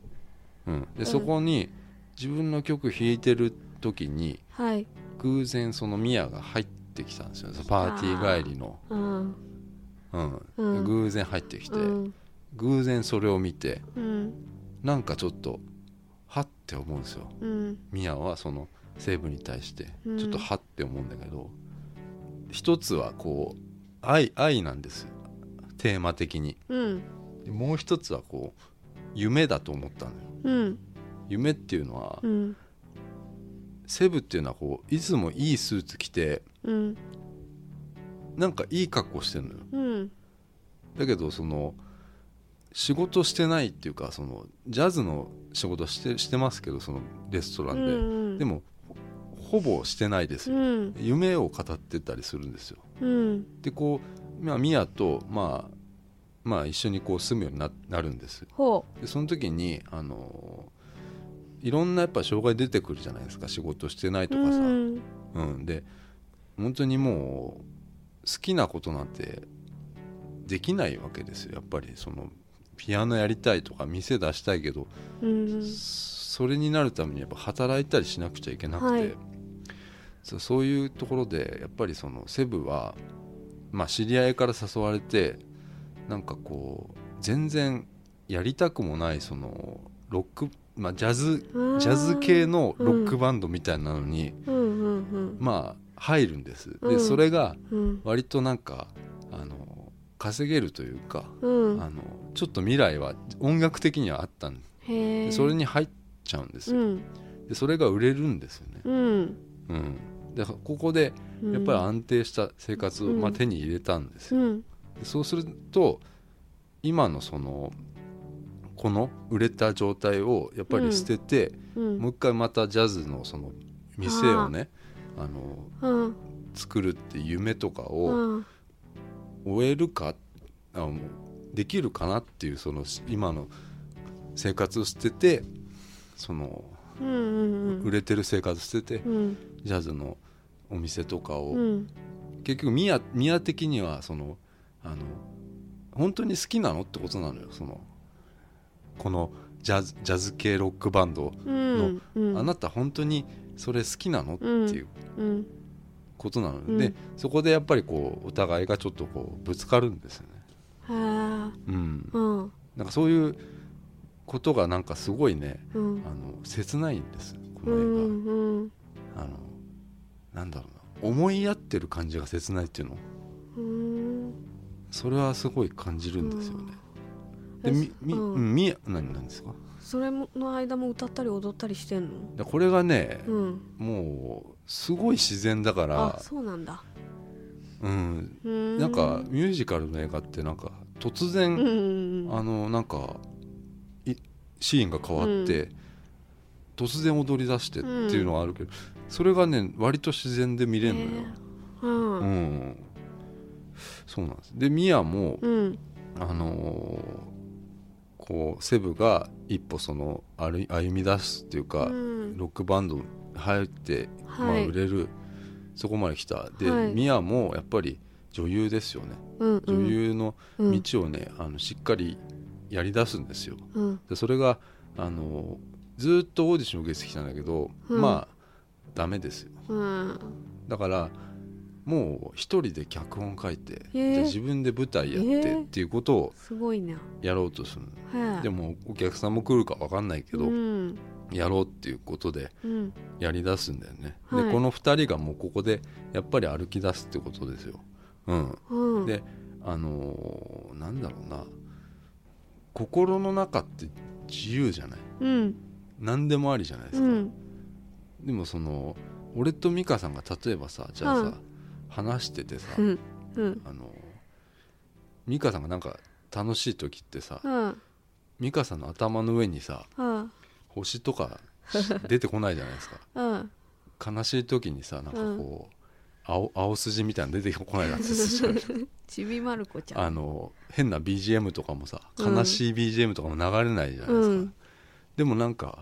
Speaker 2: うん
Speaker 1: ん
Speaker 2: でそこに自分の曲弾いてる時に
Speaker 1: はい
Speaker 2: 偶然そのミヤが入ってきたんですよそのパーティー帰りの、
Speaker 1: うん
Speaker 2: うん
Speaker 1: うん
Speaker 2: 偶然入ってきて、
Speaker 1: うん
Speaker 2: 偶然それを見て
Speaker 1: うん
Speaker 2: なんかちょっとはって思うんですよ
Speaker 1: うん
Speaker 2: ミヤはそのセーブに対して
Speaker 1: うん
Speaker 2: ちょっとはって思うんだけど、一つはこう愛愛なんですよテーマ的に
Speaker 1: うん
Speaker 2: でもう一つはこう夢だと思ったのよ
Speaker 1: うん
Speaker 2: 夢っていうのは、
Speaker 1: うん
Speaker 2: セブっていうのはこういつもいいスーツ着て
Speaker 1: うん
Speaker 2: なんかいい格好してるのよ
Speaker 1: うん
Speaker 2: だけどその仕事してないっていうかそのジャズの仕事してしてますけどそのレストランで、
Speaker 1: うん
Speaker 2: でもほぼしてないです
Speaker 1: う
Speaker 2: よ、
Speaker 1: ん
Speaker 2: 夢を語ってたりするんですよ
Speaker 1: うん
Speaker 2: でこう、まあ、ミヤと、まあ、まあ一緒にこう住むようにななるんです
Speaker 1: ほ
Speaker 2: でその時にあのいろんなやっぱ障害出てくるじゃないですか仕事してないうとかさ、
Speaker 1: うん
Speaker 2: うん、で本当にもう好きなことなんてできないわけですよやっぱりそのピアノやりたいとか店出したいけど、
Speaker 1: うん
Speaker 2: それになるためにやっぱ働いたりしなくちゃいけなくて、
Speaker 1: はい
Speaker 2: そそういうところでやっぱりそのセブは、まあ、知り合いから誘われてなんかこう全然やりたくもないそのロック、まあ、ジャズジャズ系のロックバンドみたいなのに、
Speaker 1: うんうんうん
Speaker 2: まあ入るんですで、
Speaker 1: うん
Speaker 2: それが
Speaker 1: うん
Speaker 2: 割となんかあの稼げるというか、
Speaker 1: うん
Speaker 2: あのちょっと未来は音楽的にはあったんで
Speaker 1: へえ
Speaker 2: それに入っちゃうんです
Speaker 1: う
Speaker 2: よ、
Speaker 1: ん
Speaker 2: でそれが売れるんですよね、
Speaker 1: うん
Speaker 2: うん、でここで
Speaker 1: うん
Speaker 2: やっぱり安定した生活を、
Speaker 1: うん
Speaker 2: まあ、手に入れたんです
Speaker 1: う
Speaker 2: よ、
Speaker 1: ん
Speaker 2: でそうすると今のそのこの売れた状態をやっぱり捨てて、
Speaker 1: うん
Speaker 2: もう一回またジャズのその店をねあ
Speaker 1: う
Speaker 2: の
Speaker 1: ん
Speaker 2: 作るっていう夢とか
Speaker 1: う
Speaker 2: を
Speaker 1: ん
Speaker 2: 終えるか、あのできるかなっていうその今の生活を捨ててその
Speaker 1: うんうん
Speaker 2: 売れてる生活捨てて、
Speaker 1: うん
Speaker 2: ジャズのお店とかを、
Speaker 1: うん
Speaker 2: 結局ミヤミヤ的にはそのあの本当に好きなのってことなのよそのこのジャズジャズ系ロックバンド、
Speaker 1: うんうん
Speaker 2: あなた本当にそれ好きなのっていう
Speaker 1: うん
Speaker 2: ことなの
Speaker 1: うん
Speaker 2: で、そこでやっぱりこうお互いがちょっとこうぶつかるんですよね。
Speaker 1: はあ
Speaker 2: うん、
Speaker 1: うん
Speaker 2: なんかそういうことがなんかすごいね
Speaker 1: うん
Speaker 2: あの切ないんですこ
Speaker 1: う
Speaker 2: の映画、
Speaker 1: んうん
Speaker 2: あのなんだろうな思い合ってる感じが切ないっていうの
Speaker 1: うん
Speaker 2: それはすごい感じるんですよね。で
Speaker 1: え
Speaker 2: みみ、
Speaker 1: うん
Speaker 2: うんみ何なんですか
Speaker 1: それもの間も歌ったり踊ったりしてんの
Speaker 2: でこれがね、
Speaker 1: うん
Speaker 2: もうすごい自然だか
Speaker 1: あ
Speaker 2: ら
Speaker 1: そうなんだ
Speaker 2: うん、
Speaker 1: な
Speaker 2: なんかミュージカルの映画ってなんか突然、
Speaker 1: うんうん
Speaker 2: あのなんかいシーンが変わって、突然踊り出してっていうのはあるけど、それがね割と自然で見れるのよ、
Speaker 1: うん
Speaker 2: う
Speaker 1: うん
Speaker 2: んそうなんですでミアも、
Speaker 1: うん
Speaker 2: あのーこうセブが一歩その歩い歩み出すっていうか、
Speaker 1: うん
Speaker 2: ロックバンド入って、ま
Speaker 1: は
Speaker 2: あ、
Speaker 1: い
Speaker 2: 売れるそこまで来たで、
Speaker 1: はい
Speaker 2: ミアもやっぱり女優ですよね
Speaker 1: うんうん
Speaker 2: 女優の
Speaker 1: うん
Speaker 2: 道をね、あのしっかりやり出すんですよ
Speaker 1: うん
Speaker 2: でそれがあのずーっとオーディション受けてきたんだけど、
Speaker 1: うん
Speaker 2: まあダメですよ
Speaker 1: うん
Speaker 2: だからもう一人で脚本書いて、
Speaker 1: へー
Speaker 2: じゃあ自分で舞台やってっていうことを
Speaker 1: すごいな
Speaker 2: やろうとするの、
Speaker 1: はい
Speaker 2: でもお客さんも来るか分かんないけど、
Speaker 1: うん
Speaker 2: やろうっていうことで
Speaker 1: うん
Speaker 2: やりだすんだよね、
Speaker 1: はい
Speaker 2: でこの2人がもうここでやっぱり歩き出すってことですよ、うん、
Speaker 1: うん
Speaker 2: であのーなんだろうな心の中って自由じゃない
Speaker 1: うん
Speaker 2: 何でもありじゃないです
Speaker 1: う
Speaker 2: か、
Speaker 1: ん
Speaker 2: でもその俺と美香さんが例えばさじゃあさ、
Speaker 1: うん
Speaker 2: 話しててさ、
Speaker 1: うんうん
Speaker 2: あの美香さんがなんか楽しい時ってさ、
Speaker 1: うん
Speaker 2: 美香さんの頭の上にさ
Speaker 1: うん
Speaker 2: 星とかし出てこないじゃないですか
Speaker 1: うん
Speaker 2: 悲しい時にさなんかこう、青青筋みたいなの出てこないなってする
Speaker 1: ちびまる子ちゃん
Speaker 2: あの変な BGM とかもさ
Speaker 1: うん
Speaker 2: 悲しい BGM とかも流れないじゃないですか、
Speaker 1: うん
Speaker 2: でもなんか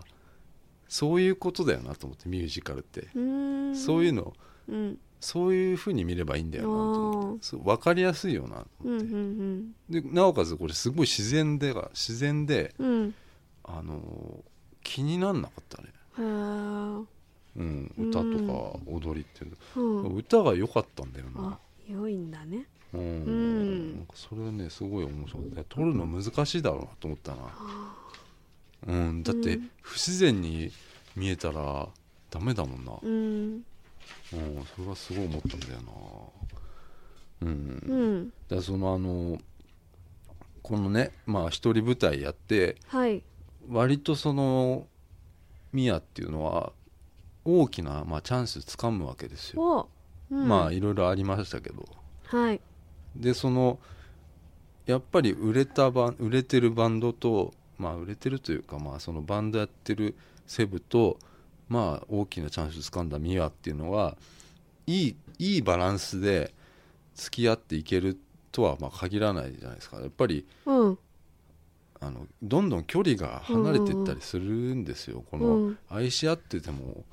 Speaker 2: そういうことだよなと思ってミュージカルって
Speaker 1: うん
Speaker 2: そういうの
Speaker 1: うん
Speaker 2: そういうふうに見ればいいんだよなと思ってそう分かりやすいよなと
Speaker 1: う
Speaker 2: 思
Speaker 1: んう
Speaker 2: って、
Speaker 1: ん
Speaker 2: でなおかつこれすごい自然でが自然で、
Speaker 1: うんうん
Speaker 2: あのー気になんなかったね、
Speaker 1: へー
Speaker 2: うん、
Speaker 1: うん
Speaker 2: 歌とか踊りっていうの、
Speaker 1: うん
Speaker 2: 歌が良かったんだよ
Speaker 1: あ
Speaker 2: な、
Speaker 1: 良いんだね
Speaker 2: うん
Speaker 1: ん
Speaker 2: なんかそれはねすごい面白かった撮るの難しいだろうなと思ったな、うん、だっ
Speaker 1: う
Speaker 2: て
Speaker 1: ん
Speaker 2: 不自然に見えたらダメだもんな、
Speaker 1: うん
Speaker 2: うん、それはすごい思ったんだよなうん
Speaker 1: うん
Speaker 2: だからそのあのこのねまあ一人舞台やって
Speaker 1: はい
Speaker 2: 割とそのミヤっていうのは大きな、まあ、チャンスつかむわけですよ、
Speaker 1: を、うん、
Speaker 2: まあいろいろありましたけど
Speaker 1: はい
Speaker 2: でそのやっぱり売れたバン売れてるバンドとまあ売れてるというかまあそのバンドやってるセブとまあ大きなチャンスつかんだミワっていうのはいいいいバランスで付き合っていけるとはまあ限らないじゃないですかやっぱり
Speaker 1: うん
Speaker 2: あのどんどん距離が離れていったりするんですよ、こ
Speaker 1: う
Speaker 2: の
Speaker 1: ん
Speaker 2: 愛し合ってても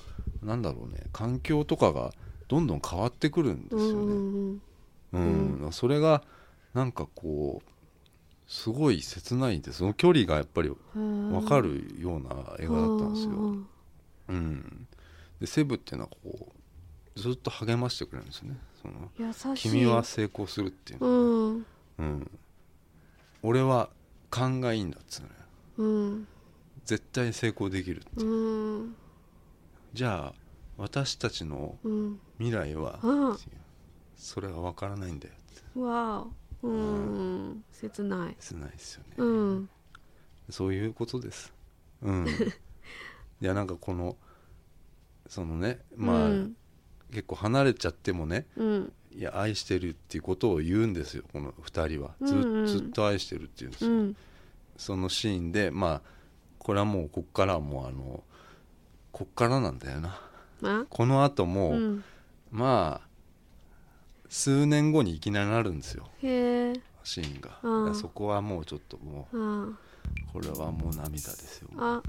Speaker 2: なんだろうね環境とかがどんどん変わってくるんです
Speaker 1: う
Speaker 2: よね。
Speaker 1: ん
Speaker 2: うんそれがなんかこうすごい切ないんでその距離がやっぱり
Speaker 1: うん
Speaker 2: 分かるような映画だったんですよ。
Speaker 1: う
Speaker 2: うん、でセブっていうのはこうずっと励ましてくれるんですよね「その
Speaker 1: 優しい
Speaker 2: 君は成功する」っていう
Speaker 1: う
Speaker 2: の、
Speaker 1: ん
Speaker 2: うん俺は勘がいいんだ」っつうのよ
Speaker 1: うん
Speaker 2: 絶対成功できる
Speaker 1: うん
Speaker 2: じゃあ私たちの
Speaker 1: うん
Speaker 2: 未来は、
Speaker 1: うん
Speaker 2: っていうそれは分からないんだよって
Speaker 1: わあうん切ない
Speaker 2: 切ないですよね。
Speaker 1: うん
Speaker 2: そういうことです。 うん。いやなんかこのそのねまあ、
Speaker 1: うん
Speaker 2: 結構離れちゃってもね
Speaker 1: うん
Speaker 2: いや愛してるっていうことを言うんですよこの2人はず,、
Speaker 1: うんうん
Speaker 2: ずっと愛してるっていうんです
Speaker 1: う
Speaker 2: よ、
Speaker 1: ん
Speaker 2: そのシーンでまあこれはもうこっからはもうあのこっからなんだよな
Speaker 1: あ
Speaker 2: この後も、
Speaker 1: うん
Speaker 2: まあ数年後にいきなりなるんですよ
Speaker 1: へえ
Speaker 2: シーンが、
Speaker 1: うん
Speaker 2: いやそこはもうちょっとも
Speaker 1: あ
Speaker 2: うこれはもう涙ですよ
Speaker 1: あ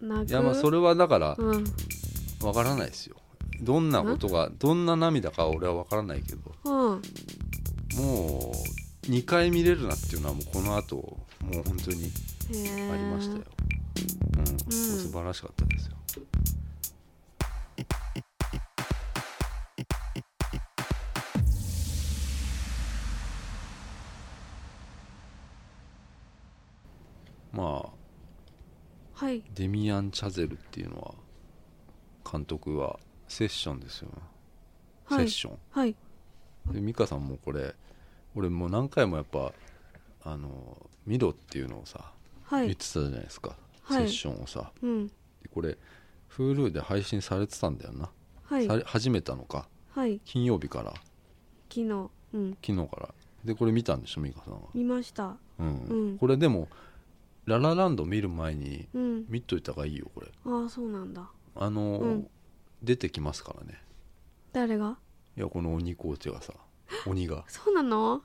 Speaker 1: 泣く
Speaker 2: いやまあそれはだから、
Speaker 1: うん
Speaker 2: わからないですよどんなことがどんな涙かは俺はわからないけど
Speaker 1: うん
Speaker 2: もう2回見れるなっていうのはもうこの後もう本当に
Speaker 1: へえ
Speaker 2: ありましたよ、うん素晴らしかったですよまあ
Speaker 1: はい
Speaker 2: デミアン・チャゼルっていうのは監督はセッションですよね、
Speaker 1: は
Speaker 2: セ
Speaker 1: い
Speaker 2: ッション
Speaker 1: はい
Speaker 2: で美香さんもこれ俺もう何回もやっぱあの見ろっていうのをさ
Speaker 1: は
Speaker 2: 言っ
Speaker 1: い
Speaker 2: てたじゃないですか、
Speaker 1: はい
Speaker 2: セッションをさ
Speaker 1: うん
Speaker 2: でこれ Hulu で配信されてたんだよな、
Speaker 1: はい
Speaker 2: され始めたのか
Speaker 1: はい
Speaker 2: 金曜日から
Speaker 1: 昨日うん
Speaker 2: 昨日からでこれ見たんでしょ美香さんは、
Speaker 1: 見ました
Speaker 2: うん
Speaker 1: うん
Speaker 2: これでも「ララランド」見る前に
Speaker 1: うん
Speaker 2: 見といた方がいいよこれ
Speaker 1: ああそうなんだ
Speaker 2: あの、
Speaker 1: うん
Speaker 2: 出てきますからね
Speaker 1: 誰が
Speaker 2: いやこの鬼コーチがさ鬼が
Speaker 1: そうなの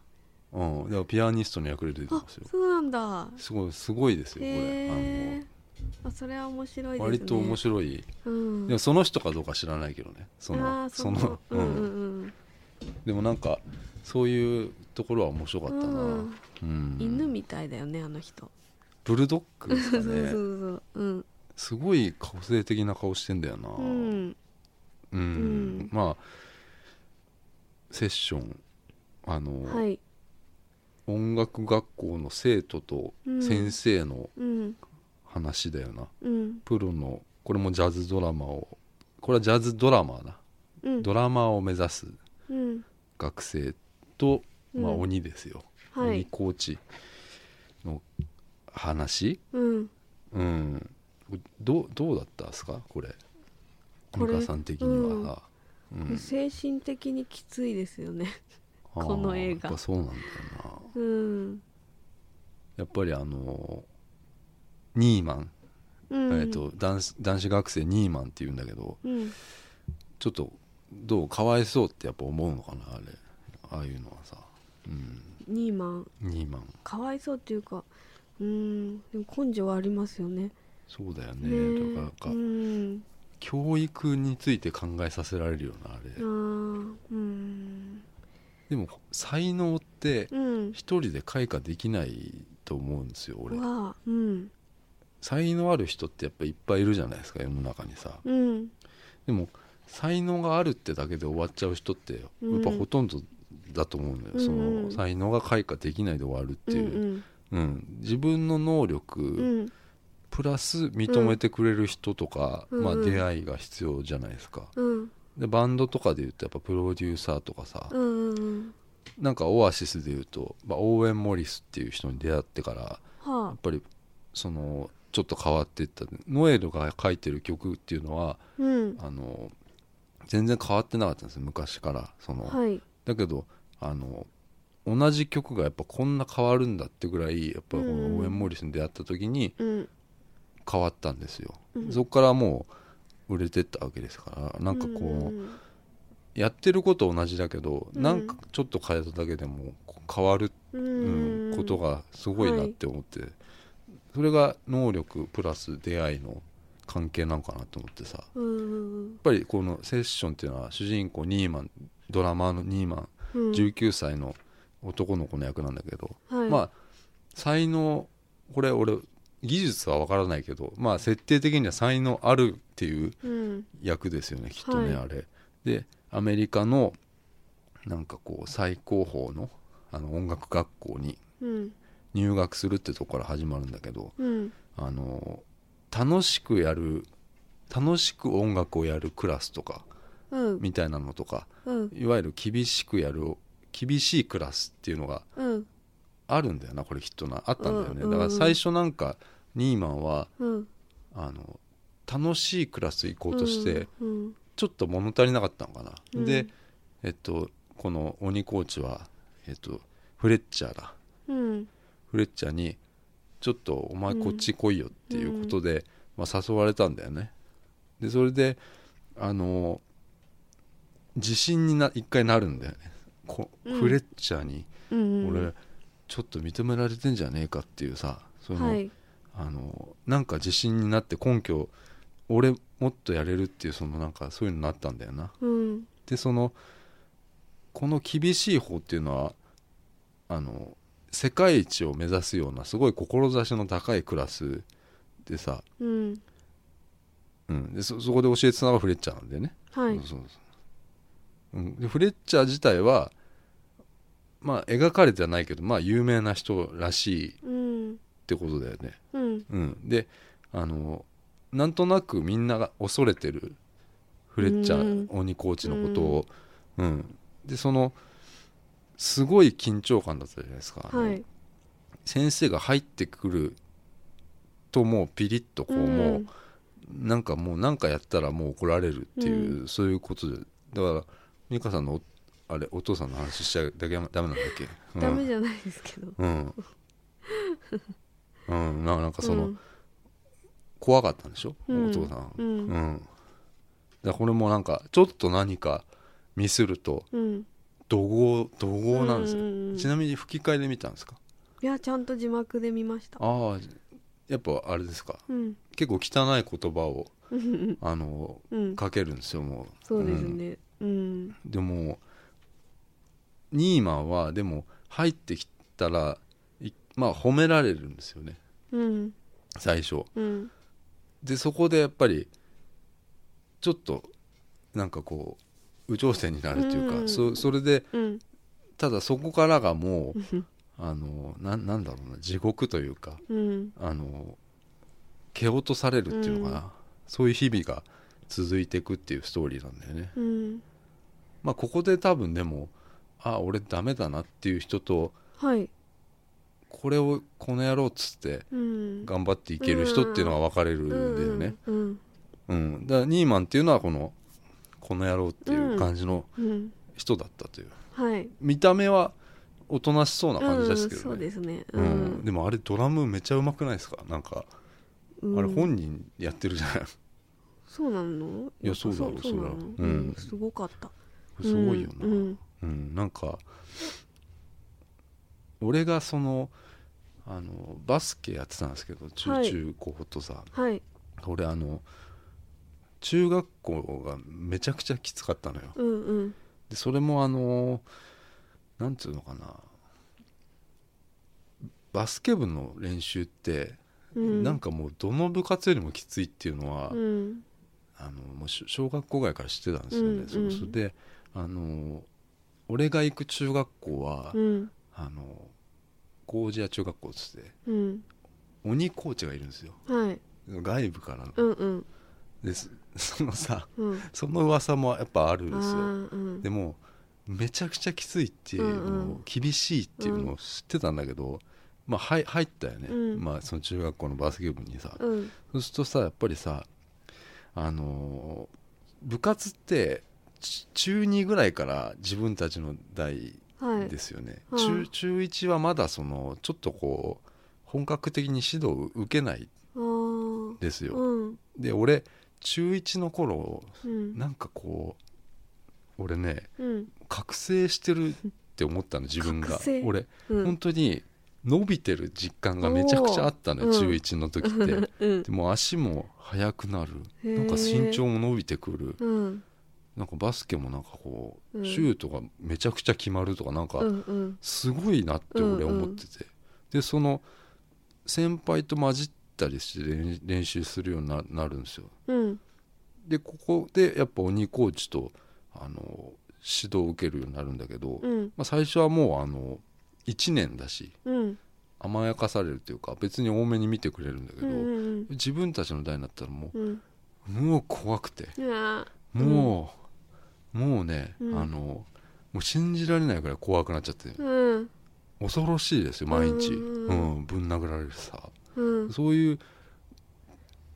Speaker 2: うんだからピアニストの役で出て
Speaker 1: あ
Speaker 2: ますよ
Speaker 1: そうなんだ
Speaker 2: すごいすごいですよこれ
Speaker 1: へ
Speaker 2: あ
Speaker 1: えあそれは面白いです
Speaker 2: の
Speaker 1: ね
Speaker 2: 割と面白い
Speaker 1: うん
Speaker 2: でもその人かどうか知らないけどねそ
Speaker 1: あー
Speaker 2: のそ
Speaker 1: っ
Speaker 2: の
Speaker 1: か
Speaker 2: う
Speaker 1: うんうん
Speaker 2: ん
Speaker 1: うん
Speaker 2: でもなんかそういうところは面白かったな
Speaker 1: うん
Speaker 2: うん
Speaker 1: 犬みたいだよねあの人
Speaker 2: ブルドッグです
Speaker 1: そ
Speaker 2: か
Speaker 1: うそうそ
Speaker 2: ね
Speaker 1: ううん
Speaker 2: すごい個性的な顔してんだよな
Speaker 1: う
Speaker 2: うん
Speaker 1: んん
Speaker 2: まあセッションあの
Speaker 1: はい
Speaker 2: 音楽学校の生徒と先生の
Speaker 1: うん
Speaker 2: 話だよな
Speaker 1: うん
Speaker 2: プロのこれもジャズドラマをこれはジャズドラマーだ、
Speaker 1: うん
Speaker 2: ドラマーを目指す
Speaker 1: うん
Speaker 2: 学生と、まあ、
Speaker 1: うん
Speaker 2: 鬼ですよ、
Speaker 1: は
Speaker 2: 鬼
Speaker 1: い
Speaker 2: コーチの話
Speaker 1: うん
Speaker 2: うんどうどうだったんですかこれ
Speaker 1: こ
Speaker 2: 美
Speaker 1: れ
Speaker 2: 香さん的にはさ、うん
Speaker 1: 精神的にきついですよ ねこの映画
Speaker 2: あーやっぱそうなんだよな
Speaker 1: うん
Speaker 2: やっぱりあのニーマン、
Speaker 1: うん
Speaker 2: えっと男子男子学生ニーマンっていうんだけど、
Speaker 1: うん
Speaker 2: ちょっとどうかわいそうってやっぱ思うのかなあれああいうのはさ、うん、
Speaker 1: ニーマン
Speaker 2: ニーマン
Speaker 1: かわいそうっていうかうんでも根性はありますよね
Speaker 2: そうだよね
Speaker 1: ね
Speaker 2: とか
Speaker 1: う
Speaker 2: なんか
Speaker 1: ん
Speaker 2: 教育について考えさせられるようなあれ、
Speaker 1: あーうん
Speaker 2: でも才能って
Speaker 1: うん
Speaker 2: 一人で開花できないと思うんですよ俺
Speaker 1: はうん
Speaker 2: 才能ある人ってやっぱいっぱいいるじゃないですか世の中にさ
Speaker 1: うん
Speaker 2: でも才能があるってだけで終わっちゃう人ってやっぱほとんどだと思うんだよ、
Speaker 1: うん
Speaker 2: そ
Speaker 1: うんう
Speaker 2: の
Speaker 1: ん
Speaker 2: 才能が開花できないで終わるって
Speaker 1: う
Speaker 2: いう、
Speaker 1: ん
Speaker 2: うん自分の能力、
Speaker 1: うんうん
Speaker 2: プラス認めてくれる人とか、
Speaker 1: うん
Speaker 2: まあ、
Speaker 1: うん
Speaker 2: 出会いが必要じゃないですか、
Speaker 1: うん
Speaker 2: でバンドとかで言うとやっぱプロデューサーとかさ、
Speaker 1: うんうん
Speaker 2: なんかオアシスで言うと、まあ、オーウェン・モリスっていう人に出会ってからや
Speaker 1: は
Speaker 2: っぱりそのちょっと変わっていったノエルが書いてる曲っていうのは
Speaker 1: うん
Speaker 2: あの全然変わってなかったんですよ昔からその、
Speaker 1: はい
Speaker 2: だけどあの同じ曲がやっぱこんな変わるんだってぐらいやっぱこの
Speaker 1: うん
Speaker 2: オーウェン・モリスに出会った時に
Speaker 1: うん
Speaker 2: 変わったんですよ、
Speaker 1: うん
Speaker 2: そこからもう売れてったわけですからなんかこう、
Speaker 1: ん
Speaker 2: やってること同じだけど、
Speaker 1: うん
Speaker 2: なんかちょっと変えただけでもこう変わる
Speaker 1: う
Speaker 2: うん
Speaker 1: ん
Speaker 2: ことがすごいなって思って、それが能力プラス出会いの関係なのかなと思ってさやっ
Speaker 1: うん
Speaker 2: ぱりこのセッションっていうのは主人公ニーマンドラマーのニーマ
Speaker 1: うん
Speaker 2: ン19歳の男の子の役なんだけど、
Speaker 1: はい
Speaker 2: まあ才能これ俺技術は分からないけどまあ設定的には才能あるっていう
Speaker 1: うん
Speaker 2: 役ですよねきっとね、
Speaker 1: はい
Speaker 2: あれでアメリカのなんかこう最高峰のあの音楽学校に
Speaker 1: うん
Speaker 2: 入学するってとこから始まるんだけど
Speaker 1: うん
Speaker 2: あの楽しくやる楽しく音楽をやるクラスとか
Speaker 1: うん
Speaker 2: みたいなのとか
Speaker 1: うん
Speaker 2: いわゆる厳しくやる厳しいクラスっていうのが
Speaker 1: うん
Speaker 2: あるんだよなこれきっとなあったんだよね、
Speaker 1: うん
Speaker 2: だから最初なんかニーマンは
Speaker 1: うん
Speaker 2: あの楽しいクラス行こうとして、
Speaker 1: うん
Speaker 2: ちょっと物足りなかったのかな、
Speaker 1: うん
Speaker 2: でえっとこの鬼コーチは、えっと、フレッチャーだ
Speaker 1: うん
Speaker 2: フレッチャーに「ちょっとお前こっち来いよ」っていうことで、まあ、誘われたんだよねでそれであの自信にな一回なるんだよねこ
Speaker 1: うん
Speaker 2: フレッチャーに
Speaker 1: うん
Speaker 2: 俺、ちょっと認められてんじゃねえかっていうさその、
Speaker 1: はい
Speaker 2: あのなんか自信になって根拠俺もっとやれるっていうそのなんかそういうのになったんだよな
Speaker 1: うん
Speaker 2: でそのこの厳しい方っていうのはあの世界一を目指すようなすごい志の高いクラスでさ、
Speaker 1: うん
Speaker 2: うん、でそそこで教えてたのがフレッチャーなんだよね、
Speaker 1: はい
Speaker 2: そうそうそううん、でフレッチャー自体はまあ描かれてはないけどまあ有名な人らしいっ
Speaker 1: うん
Speaker 2: てことだよね、
Speaker 1: うん
Speaker 2: うん、であのなんとなくみんなが恐れてるフレッチャー、鬼コーチのことを、うんでそのすごい緊張感だったじゃないですか、あの
Speaker 1: はい
Speaker 2: 先生が入ってくるともうピリッとこう、もうなんかもうなんかやったらもう怒られるっていう、そういうことでだから美香さんのおあれお父さんの話しちゃだけダメなんだっけ、うん、
Speaker 1: ダメじゃないですけど
Speaker 2: うん、うん、ななんかその、
Speaker 1: うん
Speaker 2: 怖かったんでしょ、
Speaker 1: うん
Speaker 2: お父さん、
Speaker 1: う
Speaker 2: うん
Speaker 1: ん
Speaker 2: だからこれもなんかちょっと何かミスると
Speaker 1: うん
Speaker 2: 怒号怒号なんですよ、
Speaker 1: うんうんうん
Speaker 2: ちなみに吹き替えで見たんですか
Speaker 1: いやちゃんと字幕で見ました
Speaker 2: ああやっぱあれですか
Speaker 1: うん
Speaker 2: 結構汚い言葉を
Speaker 1: うん
Speaker 2: あの
Speaker 1: うん
Speaker 2: かけるんですよもう
Speaker 1: そうです
Speaker 2: ん
Speaker 1: ねうん
Speaker 2: でもニーマンはでも入ってきたらいまあ褒められるんですよね
Speaker 1: うん
Speaker 2: 最初
Speaker 1: うん
Speaker 2: でそこでやっぱりちょっとなんかこう有頂天になるというか、
Speaker 1: うん
Speaker 2: そそれで
Speaker 1: うん
Speaker 2: ただそこからがもうあのななんだろうな地獄というか
Speaker 1: うん
Speaker 2: あの蹴落とされるっていうのかな、そういう日々が続いていくっていうストーリーなんだよね。
Speaker 1: うん
Speaker 2: まあ、ここで多分でもあ俺ダメだなっていう人と
Speaker 1: はい
Speaker 2: これをこの野郎っつって
Speaker 1: うん
Speaker 2: 頑張っていける人っていうのは分かれるんだよね。
Speaker 1: うん
Speaker 2: うん、だからニーマンっていうのはこのこの野郎っていう感じの
Speaker 1: うん
Speaker 2: 人だったという、
Speaker 1: はい
Speaker 2: 見た目はおとなしそうな感じですけ
Speaker 1: うんそ
Speaker 2: ど
Speaker 1: う
Speaker 2: ね、
Speaker 1: ですね
Speaker 2: うんでもあれドラムめちゃうまくないですかなんか、あれ本人やってるじゃない
Speaker 1: そうなの
Speaker 2: いやそうだろう
Speaker 1: そうなの
Speaker 2: そりゃ
Speaker 1: う
Speaker 2: うん
Speaker 1: んすごかった
Speaker 2: すごいよな、
Speaker 1: う
Speaker 2: うんん
Speaker 1: うん
Speaker 2: なんか俺がそのあのバスケやってたんですけど中
Speaker 1: はい
Speaker 2: 中高とさ、
Speaker 1: はい
Speaker 2: 俺あの中学校がめちゃくちゃきつかったのよ
Speaker 1: うんうん
Speaker 2: でそれもあのなんていうのかなバスケ部の練習って、
Speaker 1: うん
Speaker 2: なんかもうどの部活よりもきついっていうのは、
Speaker 1: うん
Speaker 2: あのもうし小学校外から知ってたんですよね、
Speaker 1: うんうん
Speaker 2: そうそれであの俺が行く中学校は、
Speaker 1: うん
Speaker 2: あの麹屋中学校っつって
Speaker 1: うん
Speaker 2: 鬼コーチがいるんですよ
Speaker 1: はい
Speaker 2: 外部からの、
Speaker 1: うんうん
Speaker 2: ですそ のさ
Speaker 1: うん
Speaker 2: その噂もやっぱあるん
Speaker 1: あ
Speaker 2: ですよ
Speaker 1: ーうん
Speaker 2: でもめちゃくちゃきついっていうの
Speaker 1: うんう
Speaker 2: を
Speaker 1: ん
Speaker 2: 厳しいっていうのを知ってたんだけど、まあはい入ったよね、
Speaker 1: うん
Speaker 2: まあ、その中学校のバスケ部にさ、
Speaker 1: うん
Speaker 2: そうするとさやっぱりさあのー部活ってち中2ぐらいから自分たちの代
Speaker 1: はい
Speaker 2: ですよね、
Speaker 1: はいは
Speaker 2: 中
Speaker 1: い
Speaker 2: 中1はまだそのちょっとこう本格的に指導を受けない
Speaker 1: あー
Speaker 2: ですよ、
Speaker 1: うん
Speaker 2: で俺中1の頃
Speaker 1: うん
Speaker 2: なんかこう俺ね
Speaker 1: うん
Speaker 2: 覚醒してるって思ったの自分が
Speaker 1: 覚醒
Speaker 2: 俺、
Speaker 1: うん
Speaker 2: 本当に伸びてる実感がめちゃくちゃあったのよ、
Speaker 1: おー
Speaker 2: 中1の時って。
Speaker 1: うん
Speaker 2: でも足も速くなる
Speaker 1: へー
Speaker 2: なんか身長も伸びてくる
Speaker 1: うん
Speaker 2: なんかバスケもなんかこう、
Speaker 1: うん
Speaker 2: シュートがめちゃくちゃ決まるとかなんか
Speaker 1: うんうん
Speaker 2: すごいなって俺思ってて、でその先輩と混じったりして練練習するようにななるんですよ
Speaker 1: うん
Speaker 2: でここでやっぱ鬼コーチとあの指導を受けるようになるんだけど、
Speaker 1: うん
Speaker 2: まあ、最初はもうあの1年だし
Speaker 1: うん
Speaker 2: 甘やかされるというか別に多めに見てくれるんだけ
Speaker 1: う
Speaker 2: ど、
Speaker 1: んうん
Speaker 2: 自分たちの代になったらも
Speaker 1: うん
Speaker 2: うもう怖くて
Speaker 1: うんあ
Speaker 2: もう、もうね、
Speaker 1: うん
Speaker 2: あのもう信じられないぐらい怖くなっちゃって
Speaker 1: ーうん
Speaker 2: 恐ろしいですよ毎日、
Speaker 1: う
Speaker 2: うんんぶん殴られるさ
Speaker 1: うん
Speaker 2: そういう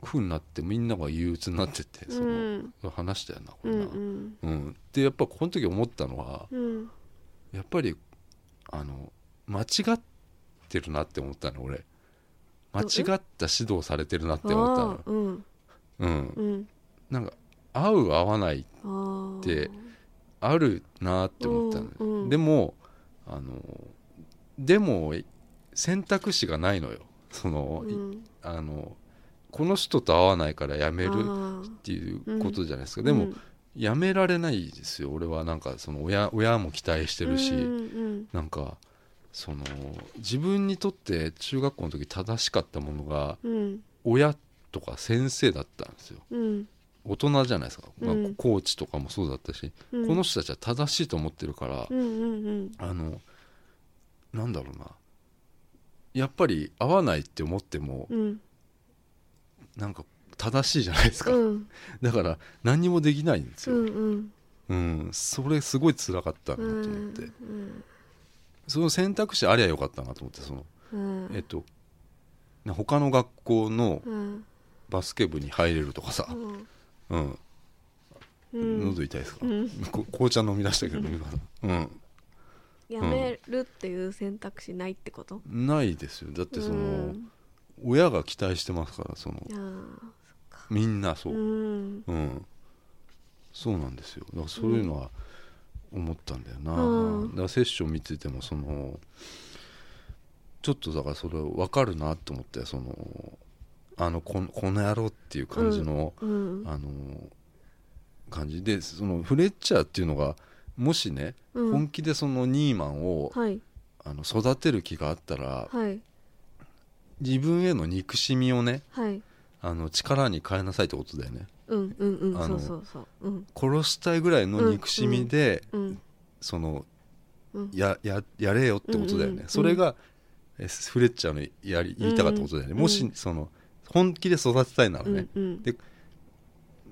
Speaker 2: ふうになってみんなが憂鬱になってってその、
Speaker 1: うん
Speaker 2: 話したよなこ
Speaker 1: う
Speaker 2: れな、うん
Speaker 1: ん
Speaker 2: でやっぱこの時思ったのは
Speaker 1: うん
Speaker 2: やっぱりあの間違ってるなって思ったの俺間違った指導されてるなって思った
Speaker 1: あ
Speaker 2: の
Speaker 1: ーうん
Speaker 2: うん
Speaker 1: うん
Speaker 2: なんか合う合わない
Speaker 1: あー
Speaker 2: であるなって思ったの、
Speaker 1: うんうん
Speaker 2: でもあのでも選択肢がないのよその,
Speaker 1: う
Speaker 2: い、
Speaker 1: ん
Speaker 2: あのこの人と会わないからやめる
Speaker 1: あ
Speaker 2: っ
Speaker 1: ー
Speaker 2: ていうことじゃないですか、で
Speaker 1: う
Speaker 2: も
Speaker 1: ん
Speaker 2: やめられないですよ俺はなんかその親親も期待してるし、
Speaker 1: うん
Speaker 2: なんかその自分にとって中学校の時正しかったものが
Speaker 1: うん
Speaker 2: 親とか先生だったんですよ
Speaker 1: うん
Speaker 2: 大人じゃないですか、まあ
Speaker 1: うん
Speaker 2: コーチとかもそうだったし、
Speaker 1: うん
Speaker 2: この人たちは正しいと思ってるから、
Speaker 1: うんうんうん
Speaker 2: あのなんだろうなやっぱり合わないって思っても、
Speaker 1: うん
Speaker 2: なんか正しいじゃないですか、
Speaker 1: うん
Speaker 2: だから何にもできないんです
Speaker 1: う
Speaker 2: よ、
Speaker 1: んうん
Speaker 2: うんそれすごい辛かったなと
Speaker 1: うん
Speaker 2: 思って、その選択肢ありゃよかったなと思ってその、
Speaker 1: うん
Speaker 2: えっとな他の学校の
Speaker 1: うん
Speaker 2: バスケ部に入れるとかさ、うん
Speaker 1: うん
Speaker 2: 喉痛いですか、
Speaker 1: うん
Speaker 2: こ紅茶飲み出したけど今うん
Speaker 1: やめるっていう選択肢ないってこと
Speaker 2: ないですよだってその、
Speaker 1: うん
Speaker 2: 親が期待してますからその
Speaker 1: あー
Speaker 2: みんなそう、
Speaker 1: うん
Speaker 2: うん、そうなんですよだからそういうのは思ったんだよな、
Speaker 1: うん
Speaker 2: だからセッション見ててもそのちょっとだからそれ分かるなと思ってそのあのこのこの野郎っていう感じの、
Speaker 1: うん
Speaker 2: あの感じでそのフレッチャーっていうのがもしね、
Speaker 1: うん
Speaker 2: 本気でそのニーマンを、
Speaker 1: はい
Speaker 2: あの育てる気があったら
Speaker 1: はい
Speaker 2: 自分への憎しみをね
Speaker 1: はい
Speaker 2: あの力に変えなさいってことだよね
Speaker 1: うんうんうん
Speaker 2: あ
Speaker 1: そ
Speaker 2: の
Speaker 1: うそうそううん
Speaker 2: 殺したいぐらいの憎しみで、
Speaker 1: うん
Speaker 2: その
Speaker 1: うん
Speaker 2: やややれよってことだよね、
Speaker 1: うんうんうん
Speaker 2: それがえフレッチャーのやり言いたかったことだよね、
Speaker 1: うん
Speaker 2: もしその本気で育てたいなら
Speaker 1: う
Speaker 2: ね
Speaker 1: ん、うん
Speaker 2: で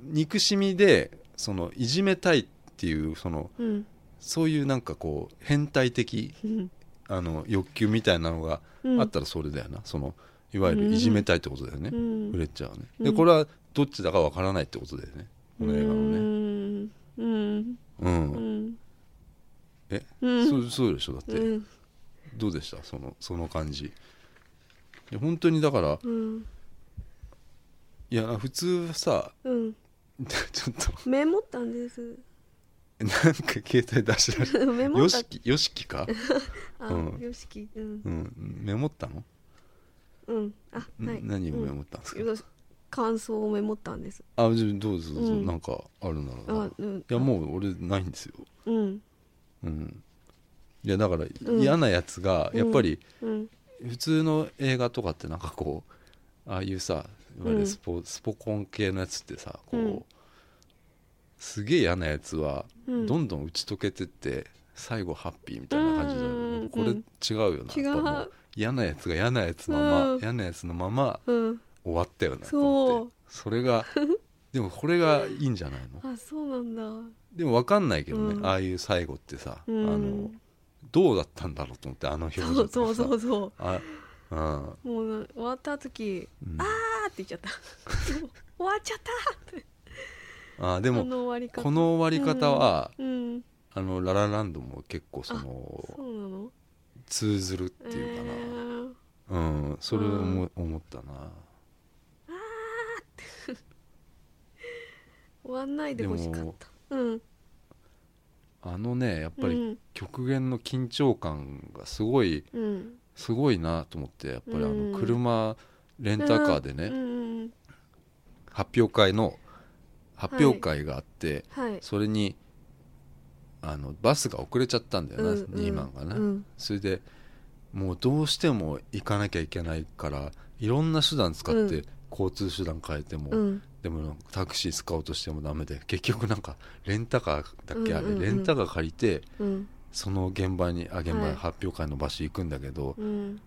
Speaker 2: 憎しみでそのいじめたいっていうその
Speaker 1: うん
Speaker 2: そういうなんかこう変態的
Speaker 1: うん
Speaker 2: あの欲求みたいなのが
Speaker 1: うん
Speaker 2: あったらそれだよな、そのいわゆるいじめたいってことだよね、
Speaker 1: うん
Speaker 2: フレッチャーはね
Speaker 1: う
Speaker 2: で
Speaker 1: ん
Speaker 2: これはどっちだかわからないってことだよねこの映画のね
Speaker 1: ねうん
Speaker 2: うん、
Speaker 1: うん
Speaker 2: え
Speaker 1: うん
Speaker 2: そうそうでしょだって、
Speaker 1: うん
Speaker 2: どうでしたそのその感じいや本当にだから
Speaker 1: うん
Speaker 2: いや普通さ
Speaker 1: うん
Speaker 2: ちょっと
Speaker 1: メモったんです
Speaker 2: なんか携帯出し出 し
Speaker 1: メモ
Speaker 2: よ
Speaker 1: った
Speaker 2: しきよしきか、
Speaker 1: あ
Speaker 2: うん
Speaker 1: よしきうん
Speaker 2: うん、メモったの
Speaker 1: うんあはい
Speaker 2: 何をメ
Speaker 1: うん
Speaker 2: モったんですか、
Speaker 1: よし感想をメモったんです
Speaker 2: あじゃあどうぞどうぞ、
Speaker 1: うん
Speaker 2: なんかあるなら
Speaker 1: あ
Speaker 2: い
Speaker 1: うん
Speaker 2: やもう俺ないんですよ
Speaker 1: うん
Speaker 2: うんいやだから
Speaker 1: ん
Speaker 2: 嫌なやつがやっぱり
Speaker 1: うん
Speaker 2: 普通の映画とかってなんかこうああいうさいわゆるスポ,、スポコン系のやつってさこう、
Speaker 1: うん
Speaker 2: すげえ嫌なやつは
Speaker 1: うん
Speaker 2: どんどん打ち解けてって最後ハッピーみたいな感じだよ
Speaker 1: うん
Speaker 2: ね
Speaker 1: うんうん
Speaker 2: これ違うよな
Speaker 1: 違う
Speaker 2: やっぱもう嫌なやつが嫌なやつまま、
Speaker 1: うん
Speaker 2: 嫌なやつのまま
Speaker 1: うん
Speaker 2: 終わったよな
Speaker 1: そう
Speaker 2: と思ってそ れがでもこれがいいんじゃないの
Speaker 1: あそうなんだ
Speaker 2: でも分かんないけどね、
Speaker 1: うん
Speaker 2: ああいう最後ってさ、
Speaker 1: う
Speaker 2: あの
Speaker 1: ん
Speaker 2: どうだったんだろうと思ってあの表情
Speaker 1: そう
Speaker 2: と
Speaker 1: そ
Speaker 2: か
Speaker 1: う
Speaker 2: さ
Speaker 1: そうそ
Speaker 2: あうん
Speaker 1: うもうな終わった時
Speaker 2: うん
Speaker 1: あーって言っちゃった 終わっちゃった
Speaker 2: あで
Speaker 1: あ
Speaker 2: も
Speaker 1: の終わり方
Speaker 2: この終わり方は、
Speaker 1: うん
Speaker 2: あのララランドも結構その
Speaker 1: そうなの
Speaker 2: 通ずるっていうかな、
Speaker 1: えー
Speaker 2: うんそれを思,、思ったな
Speaker 1: 終わんないでほしかったうん
Speaker 2: あのねやっ
Speaker 1: う
Speaker 2: ぱり
Speaker 1: ん
Speaker 2: 極限の緊張感がすごい
Speaker 1: うん
Speaker 2: すごいなと思ってやっぱりあ
Speaker 1: うん
Speaker 2: の車レンタカーで
Speaker 1: う
Speaker 2: ね、
Speaker 1: んうん
Speaker 2: 発表会の発表会があって、
Speaker 1: はい
Speaker 2: それにあのバスが遅れちゃったんだよな、
Speaker 1: うんうん
Speaker 2: ニーマンがな、
Speaker 1: うん
Speaker 2: それでもうどうしても行かなきゃいけないからいろんな手段使っ
Speaker 1: う
Speaker 2: て交通手段変えても、
Speaker 1: うん
Speaker 2: でもなんかタクシー使おうとしてもダメで結局なんかレンタカーだっけ、
Speaker 1: うんうんうん
Speaker 2: あれレンタカー借りて
Speaker 1: うん
Speaker 2: その現場にあ現場
Speaker 1: はい
Speaker 2: 発表会の場所行くんだけど、
Speaker 1: うん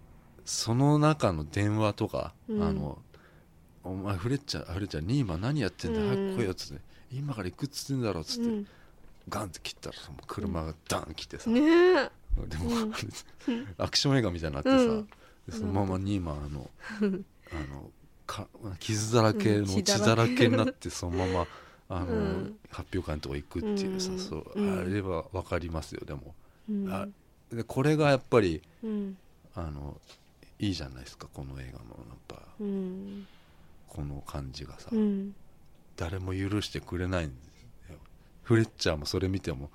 Speaker 2: その中の電話とか、
Speaker 1: うん
Speaker 2: あの「お前フレッチャーフレッチャーニーマン何やってんだ、
Speaker 1: うん
Speaker 2: 早く来いよ」っつって「今から行くっつってんだろ」っつって、
Speaker 1: うん
Speaker 2: ガンって切ったらもう車がダン来てさ、
Speaker 1: ねえ
Speaker 2: でも、
Speaker 1: うん
Speaker 2: アクション映画みたいになってさ、
Speaker 1: うん
Speaker 2: でそのままニーマンあのあのか傷だらけの血だらけになってその ままあの、
Speaker 1: うん
Speaker 2: 発表会のとこ行くっていうさ、
Speaker 1: うん
Speaker 2: そう
Speaker 1: うん
Speaker 2: あれは分かりますよでも、
Speaker 1: うん
Speaker 2: あでこれがやっぱり
Speaker 1: うん
Speaker 2: あのいいじゃないですかこの映画のやっぱ
Speaker 1: うん
Speaker 2: この感じがさ、
Speaker 1: うん
Speaker 2: 誰も許してくれないんだよフレッチャーもそれ見ても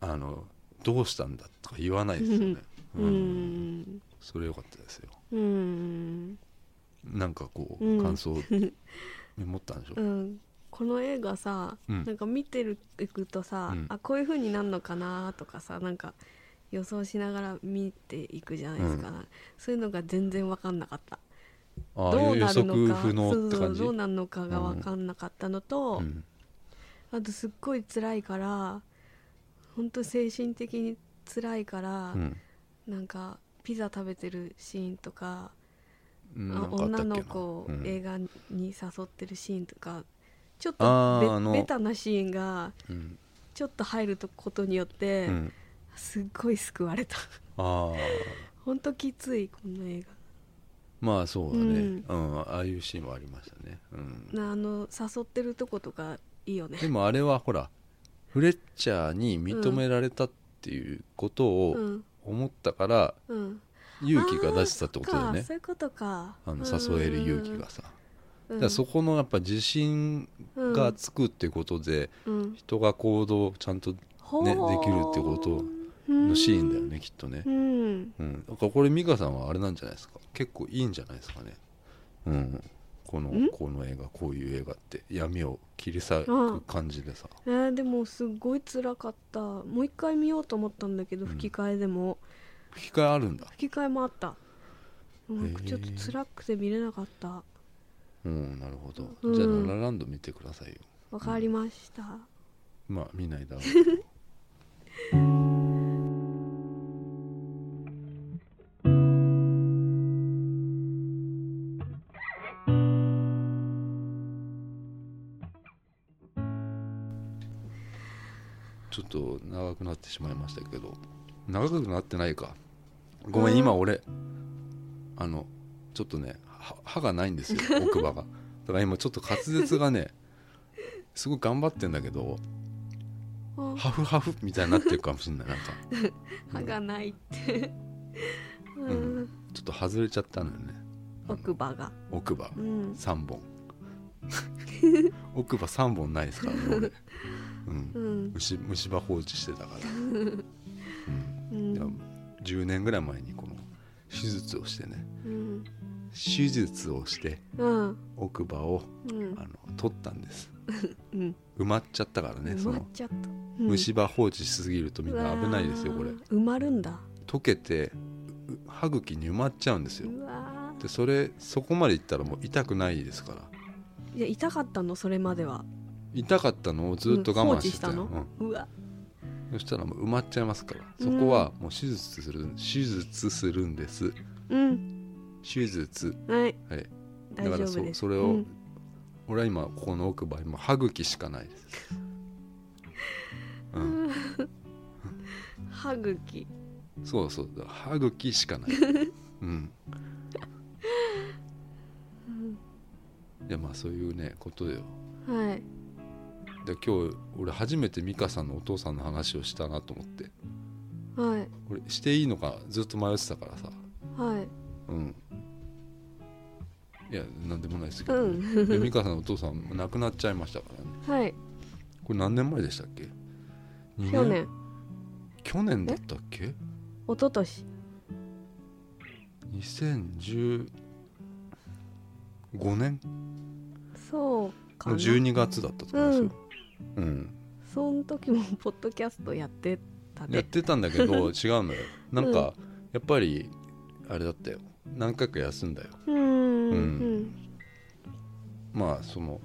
Speaker 2: あのどうしたんだとか言わないですよね、
Speaker 1: う
Speaker 2: うん
Speaker 1: ん
Speaker 2: それ良かったですよ
Speaker 1: うん
Speaker 2: なんかこう、
Speaker 1: うん
Speaker 2: 感想メモったんでしょ、
Speaker 1: うんこの映画さ、
Speaker 2: うん
Speaker 1: なんか見てるいくとさ、
Speaker 2: うん
Speaker 1: あこういう風になるのかなとかさなんか予想しながら見ていくじゃないですか、そういうのが全然分かんなかった
Speaker 2: ああ
Speaker 1: どう
Speaker 2: いう予
Speaker 1: なる
Speaker 2: 測
Speaker 1: のか
Speaker 2: 不能って感
Speaker 1: そ
Speaker 2: じ
Speaker 1: うそうどうなるのかが分かんなかったのと、
Speaker 2: うん
Speaker 1: あとすっごい辛いから本当精神的に辛いから、
Speaker 2: うん
Speaker 1: なんかピザ食べてるシーンとか
Speaker 2: うん
Speaker 1: あ
Speaker 2: なんかあったっ
Speaker 1: 女
Speaker 2: けな
Speaker 1: の子を
Speaker 2: うん
Speaker 1: 映画に誘ってるシーンとか、ちょっ
Speaker 2: あーあ
Speaker 1: と
Speaker 2: の
Speaker 1: ベベタなシーンが
Speaker 2: うん
Speaker 1: ちょっと入ることによって、
Speaker 2: うん
Speaker 1: すっごい救われた
Speaker 2: ああ
Speaker 1: ほんときついこの映
Speaker 2: まあそうだね、
Speaker 1: うん
Speaker 2: うんああいうシーンもありましたね、うん
Speaker 1: 画、なあの誘ってるとことかいいよね
Speaker 2: でもあれはほらフレッチャーに認められたっていうことを
Speaker 1: うん
Speaker 2: 思ったから
Speaker 1: うん
Speaker 2: 勇気が出したってことだよ
Speaker 1: あーそっ
Speaker 2: ね
Speaker 1: かそういうことか
Speaker 2: あの誘える勇気がさ、
Speaker 1: う
Speaker 2: だ
Speaker 1: ん
Speaker 2: からそこのやっぱ自信がつくってことで、
Speaker 1: うん
Speaker 2: 人が行動をちゃんと
Speaker 1: ほー
Speaker 2: できるってことのシーンだよねきっとね
Speaker 1: う、ん
Speaker 2: うん、だからこれ美香さんはあれなんじゃないですか結構いいんじゃないですかね、うん、この
Speaker 1: ん
Speaker 2: この映画こういう映画って闇を切り裂く感じでさ、
Speaker 1: えー、でもすっごい辛かったもう一回見ようと思ったんだけど
Speaker 2: うん
Speaker 1: 吹き替えでも、
Speaker 2: 吹き替えあるんだ、
Speaker 1: 吹き替えもあったもう
Speaker 2: へー
Speaker 1: ちょっと辛くて見れなかった
Speaker 2: うん、なるほど、
Speaker 1: うん
Speaker 2: じゃあ「ララランド」見てくださいよ
Speaker 1: わかりました、
Speaker 2: まあ見ないだろうけどちょっと長くなってしまいましたけど長くなってないかごめん、
Speaker 1: うん
Speaker 2: 今俺あのちょっとね歯歯がないんですよ奥歯がだから今ちょっと滑舌がねすごい頑張ってんだけど
Speaker 1: あ
Speaker 2: ハフハフみたいになってるかもしれないなんか
Speaker 1: 歯がないってうん、
Speaker 2: うんちょっと外れちゃったのよねあの
Speaker 1: 奥歯が
Speaker 2: 奥歯
Speaker 1: うん
Speaker 2: 3本 奥歯3本ないですからね俺、うん
Speaker 1: う、ん
Speaker 2: 虫虫歯放置してたから、
Speaker 1: う
Speaker 2: うん、だか
Speaker 1: ん
Speaker 2: ら10年ぐらい前にこの手術をしてね
Speaker 1: うん
Speaker 2: 手術をして
Speaker 1: うん
Speaker 2: 奥歯を
Speaker 1: うん
Speaker 2: あの取ったんです
Speaker 1: うん
Speaker 2: 埋まっちゃったからねそ
Speaker 1: 埋まっ
Speaker 2: の
Speaker 1: ちゃった、うん
Speaker 2: 虫歯放置しすぎるとみんな危ないですよこれ
Speaker 1: うわー埋まるんだ
Speaker 2: 溶けてう歯茎に埋まっちゃうんですよ
Speaker 1: うわー
Speaker 2: でそれそこまでいったらもう痛くないですから
Speaker 1: いや痛かったのそれまでは
Speaker 2: 痛かったのをずっと
Speaker 1: うん放
Speaker 2: 我慢
Speaker 1: 置
Speaker 2: して
Speaker 1: したた
Speaker 2: よ
Speaker 1: の、うわ
Speaker 2: うんそしたらもう埋まっちゃいますからそこはもう手術する手術するんです
Speaker 1: うん
Speaker 2: 手術
Speaker 1: はい
Speaker 2: はい
Speaker 1: 大丈
Speaker 2: だから
Speaker 1: 夫
Speaker 2: そ
Speaker 1: です
Speaker 2: それを、
Speaker 1: うん
Speaker 2: 俺は今ここの奥歯今歯茎しかないです、うん、
Speaker 1: 歯茎
Speaker 2: そうそう歯茎し かない、うん、
Speaker 1: うん
Speaker 2: いやまあそういうねことよ
Speaker 1: はい
Speaker 2: で今日俺初めて美香さんのお父さんの話をしたなと思って
Speaker 1: はい
Speaker 2: 俺していいのかずっと迷ってたからさ
Speaker 1: はい
Speaker 2: うんいや何でもないですけ
Speaker 1: う
Speaker 2: ど、ね
Speaker 1: ん
Speaker 2: で美香さんのお父さんも亡くなっちゃいましたからね
Speaker 1: はい
Speaker 2: これ何年前でしたっけ二
Speaker 1: 去年
Speaker 2: 去年だったっ
Speaker 1: 一
Speaker 2: け
Speaker 1: 昨年
Speaker 2: 2015年
Speaker 1: そうか
Speaker 2: の
Speaker 1: な
Speaker 2: 12月だったと思うんですよ、うん
Speaker 1: その時もポッドキャストやってた
Speaker 2: やっ
Speaker 1: ね
Speaker 2: てたん だけど違うのよなんかやっぱりあれだったよ何回か休んだよ
Speaker 1: うーん
Speaker 2: う
Speaker 1: うん
Speaker 2: まあその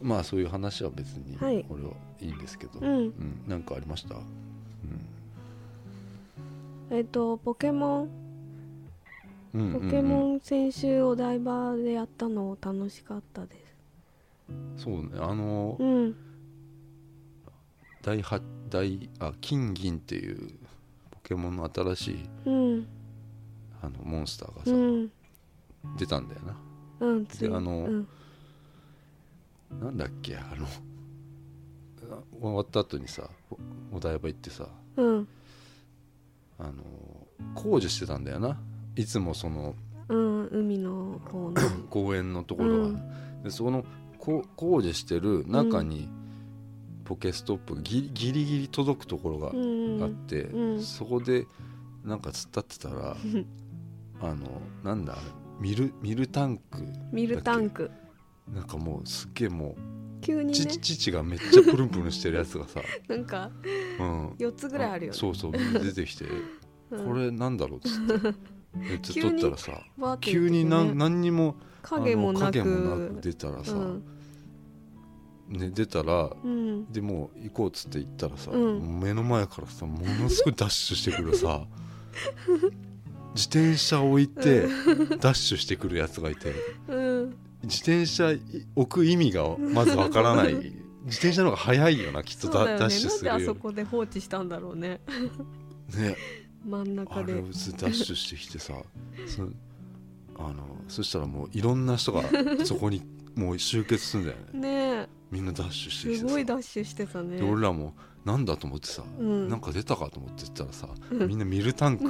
Speaker 2: まあそういう話は別に
Speaker 1: はい
Speaker 2: 俺はいいんですけど、
Speaker 1: うん
Speaker 2: うんなんかありました、うん、
Speaker 1: えっとポケモン
Speaker 2: うん
Speaker 1: ポ
Speaker 2: うんうん
Speaker 1: ケモン先週お台場でやったの楽しかったです
Speaker 2: そうねあの
Speaker 1: うん
Speaker 2: 第八第あ金銀っていうポケモンの新しい
Speaker 1: うん
Speaker 2: あのモンスターがさ、
Speaker 1: うん
Speaker 2: 出たんだよな
Speaker 1: うんつい
Speaker 2: であの
Speaker 1: うん
Speaker 2: なんだっけあのあ終わった後にさおお台場行ってさ
Speaker 1: うん
Speaker 2: あの工事してたんだよないつもその
Speaker 1: うん海の方の
Speaker 2: 公園のところは、でそのこ工事してる中にポケストップギリギリギリ届くところが
Speaker 1: うん
Speaker 2: あって、
Speaker 1: うん
Speaker 2: そこでなんか突っ立ってた らあのなんだミルミルタンク
Speaker 1: ミルタンク
Speaker 2: なんかもうすっげえも
Speaker 1: 急
Speaker 2: う
Speaker 1: にね
Speaker 2: 父父がめっちゃプルンプルンしてるやつ がさ、
Speaker 1: なんか
Speaker 2: うん、
Speaker 1: 4つぐらいあるよね
Speaker 2: そうそう出てきて
Speaker 1: うん
Speaker 2: これなんだろうっつって でずっと撮ったらさ
Speaker 1: バーって
Speaker 2: 急にな
Speaker 1: 言って
Speaker 2: ん
Speaker 1: ね
Speaker 2: 何にも
Speaker 1: 影も
Speaker 2: あの
Speaker 1: なく
Speaker 2: 影もなく出たらさ、
Speaker 1: うん
Speaker 2: ね、出たら
Speaker 1: うん
Speaker 2: でもう行こうっつって行ったらさ、
Speaker 1: うん
Speaker 2: 目の前からさものすごいダッシュしてくる さ自転車置いてダッシュしてくるやつがいて
Speaker 1: うん
Speaker 2: 自転車置く意味がまずわからない自転車の方が早いよなきっと
Speaker 1: そう
Speaker 2: ダ,、
Speaker 1: だよね
Speaker 2: ダッシュする
Speaker 1: なん
Speaker 2: よ
Speaker 1: であそ
Speaker 2: り
Speaker 1: こで放置したんだろうね
Speaker 2: ね
Speaker 1: 真ん
Speaker 2: あ
Speaker 1: 中
Speaker 2: れ
Speaker 1: で
Speaker 2: をずっとダッシュしてきてさそあのそしたらもういろん な人がそこにもう集結するんだよね
Speaker 1: ね
Speaker 2: みんなダッシュして
Speaker 1: え
Speaker 2: き
Speaker 1: す
Speaker 2: てさ
Speaker 1: ごいダッシュしてたね
Speaker 2: で俺らもなんだと思ってさ、
Speaker 1: うん
Speaker 2: なんか出たかと思って行ったらさ
Speaker 1: うん
Speaker 2: みんなミルタ ンク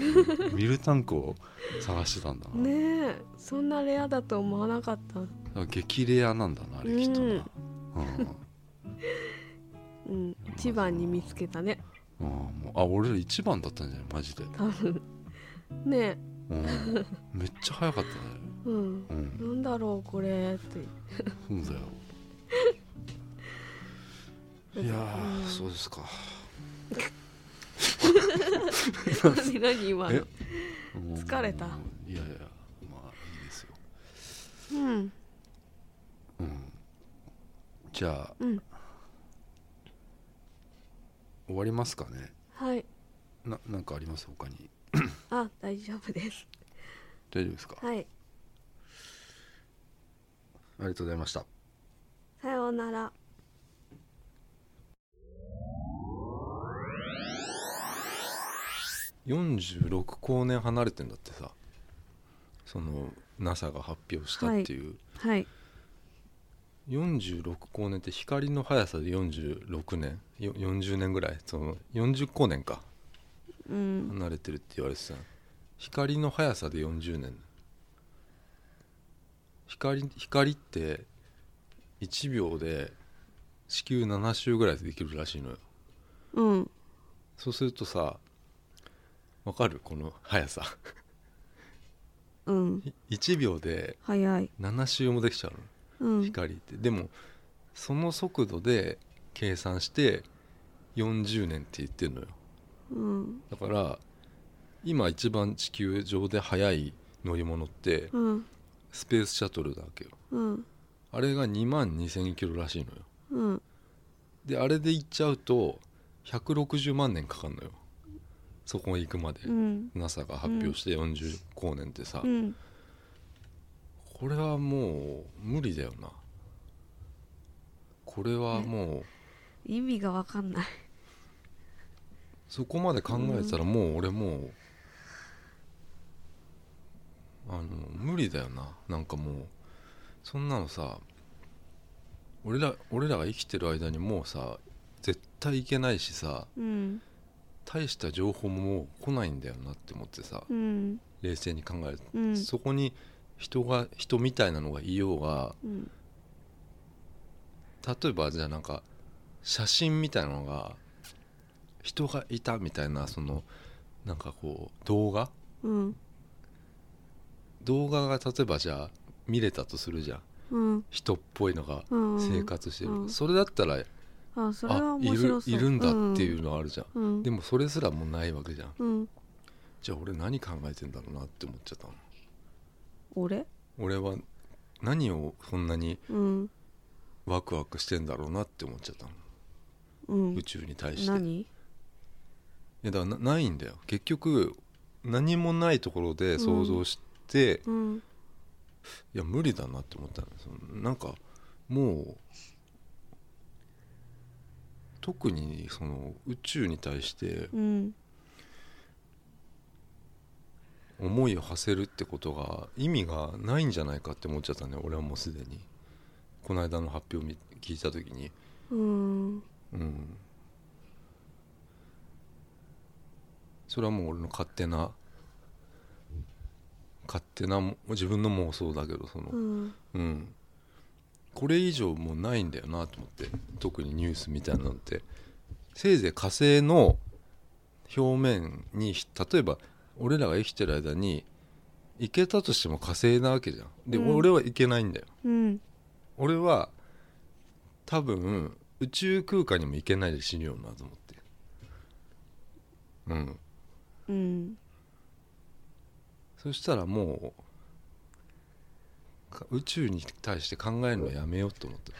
Speaker 2: ミルタンクを探してたんだな、
Speaker 1: ねえそんなレアだと思わなかった
Speaker 2: だから激レアなんだなあれきっとな、うん
Speaker 1: うん一番に見つけたね
Speaker 2: うんもうあ俺ら一番だったんじゃないマジで、
Speaker 1: 多分ね
Speaker 2: うん、めっちゃ早かったね
Speaker 1: えうん
Speaker 2: う
Speaker 1: な
Speaker 2: ん
Speaker 1: んだろうこれって
Speaker 2: そうだよ。いやー、そうですか。
Speaker 1: 何何今
Speaker 2: え
Speaker 1: の疲れた
Speaker 2: もういやいや、まあいいですよ。
Speaker 1: うん
Speaker 2: うん。じゃあ、
Speaker 1: うん
Speaker 2: 終わりますかね。
Speaker 1: はい
Speaker 2: な、なんかあります他に。
Speaker 1: あ大丈夫です
Speaker 2: 大丈夫ですか。あ
Speaker 1: はい
Speaker 2: りがとうございました。
Speaker 1: さようなら
Speaker 2: 46光年離れてんだってさその NASA が発表したっていう、
Speaker 1: はい
Speaker 2: 46光年って光の速さで46年よ40年ぐらいその40光年か
Speaker 1: うん
Speaker 2: 離れてるって言われてたの光の速さで40年光光って1秒で地球7周ぐらいでできるらしいのよ
Speaker 1: うん
Speaker 2: そうするとさわかるこの速さ
Speaker 1: うん
Speaker 2: 1秒で
Speaker 1: 早い、
Speaker 2: 7周もできちゃうの
Speaker 1: うん、
Speaker 2: 光ってでもその速度で計算して40年って言ってるのよ
Speaker 1: うん
Speaker 2: だから今一番地球上で速い乗り物って
Speaker 1: うん
Speaker 2: スペースシャトルだわけよ
Speaker 1: うん
Speaker 2: あれが2万2000キロらしいのよ
Speaker 1: うん
Speaker 2: であれで行っちゃうと160万年かかるのよそこへ行くまで、
Speaker 1: うん
Speaker 2: NASA が発表して40光年ってさ、
Speaker 1: うん
Speaker 2: これはもう無理だよなこれはもう
Speaker 1: 意味がわかんない
Speaker 2: そこまで考えてたらもう俺もうあの無理だよななんかもうそんなのさ俺ら俺らが生きてる間にもうさ絶対いけないしさ
Speaker 1: うん
Speaker 2: 大した情報ももう来ないんだよなって思ってさ
Speaker 1: うん
Speaker 2: 冷静に考えると、
Speaker 1: うん
Speaker 2: そこに人が人みたいなのがいようが
Speaker 1: うん
Speaker 2: 例えばじゃあなんか写真みたいなのが人がいたみたいなそのなんかこう動画
Speaker 1: うん
Speaker 2: 動画が例えばじゃあ見れたとするじゃん
Speaker 1: うん
Speaker 2: 人っぽいのが
Speaker 1: うん
Speaker 2: 生活してる、
Speaker 1: うん
Speaker 2: それだったら
Speaker 1: あそれは
Speaker 2: あい
Speaker 1: 面
Speaker 2: る
Speaker 1: 白そう
Speaker 2: いるんだっていうのあるじゃん、
Speaker 1: うん、うん、
Speaker 2: でもそれすらもうないわけじゃん
Speaker 1: うん
Speaker 2: じゃあ俺何考えてんだろうなって思っちゃったの
Speaker 1: 俺
Speaker 2: 俺は何をそんなに
Speaker 1: うん
Speaker 2: ワクワクしてんだろうなって思っちゃったの
Speaker 1: うん
Speaker 2: 宇宙に対してい
Speaker 1: 何
Speaker 2: やだからなないんだよ結局何もないところで想像して、
Speaker 1: うん
Speaker 2: いや無理だなって思ったのそのなんかもう特にその宇宙に対して
Speaker 1: うん
Speaker 2: 思いを馳せるってことが意味がないんじゃないかって思っちゃったね俺はもうすでにこの間の発表を見聞いた時に
Speaker 1: うん
Speaker 2: うんそれはもう俺の勝手な勝手なも自分の妄想だけどその
Speaker 1: うん
Speaker 2: うん、これ以上もうないんだよなと思って特にニュースみたいなのってせいぜい火星の表面に例えば俺らが生きてる間に行けたとしても火星なわけじゃんで、
Speaker 1: うん
Speaker 2: 俺は行けないんだよ
Speaker 1: うん
Speaker 2: 俺は多分宇宙空間にも行けないで死ぬよなと思ってうん
Speaker 1: うん
Speaker 2: そしたらもうか宇宙に対して考えるのやめようと思った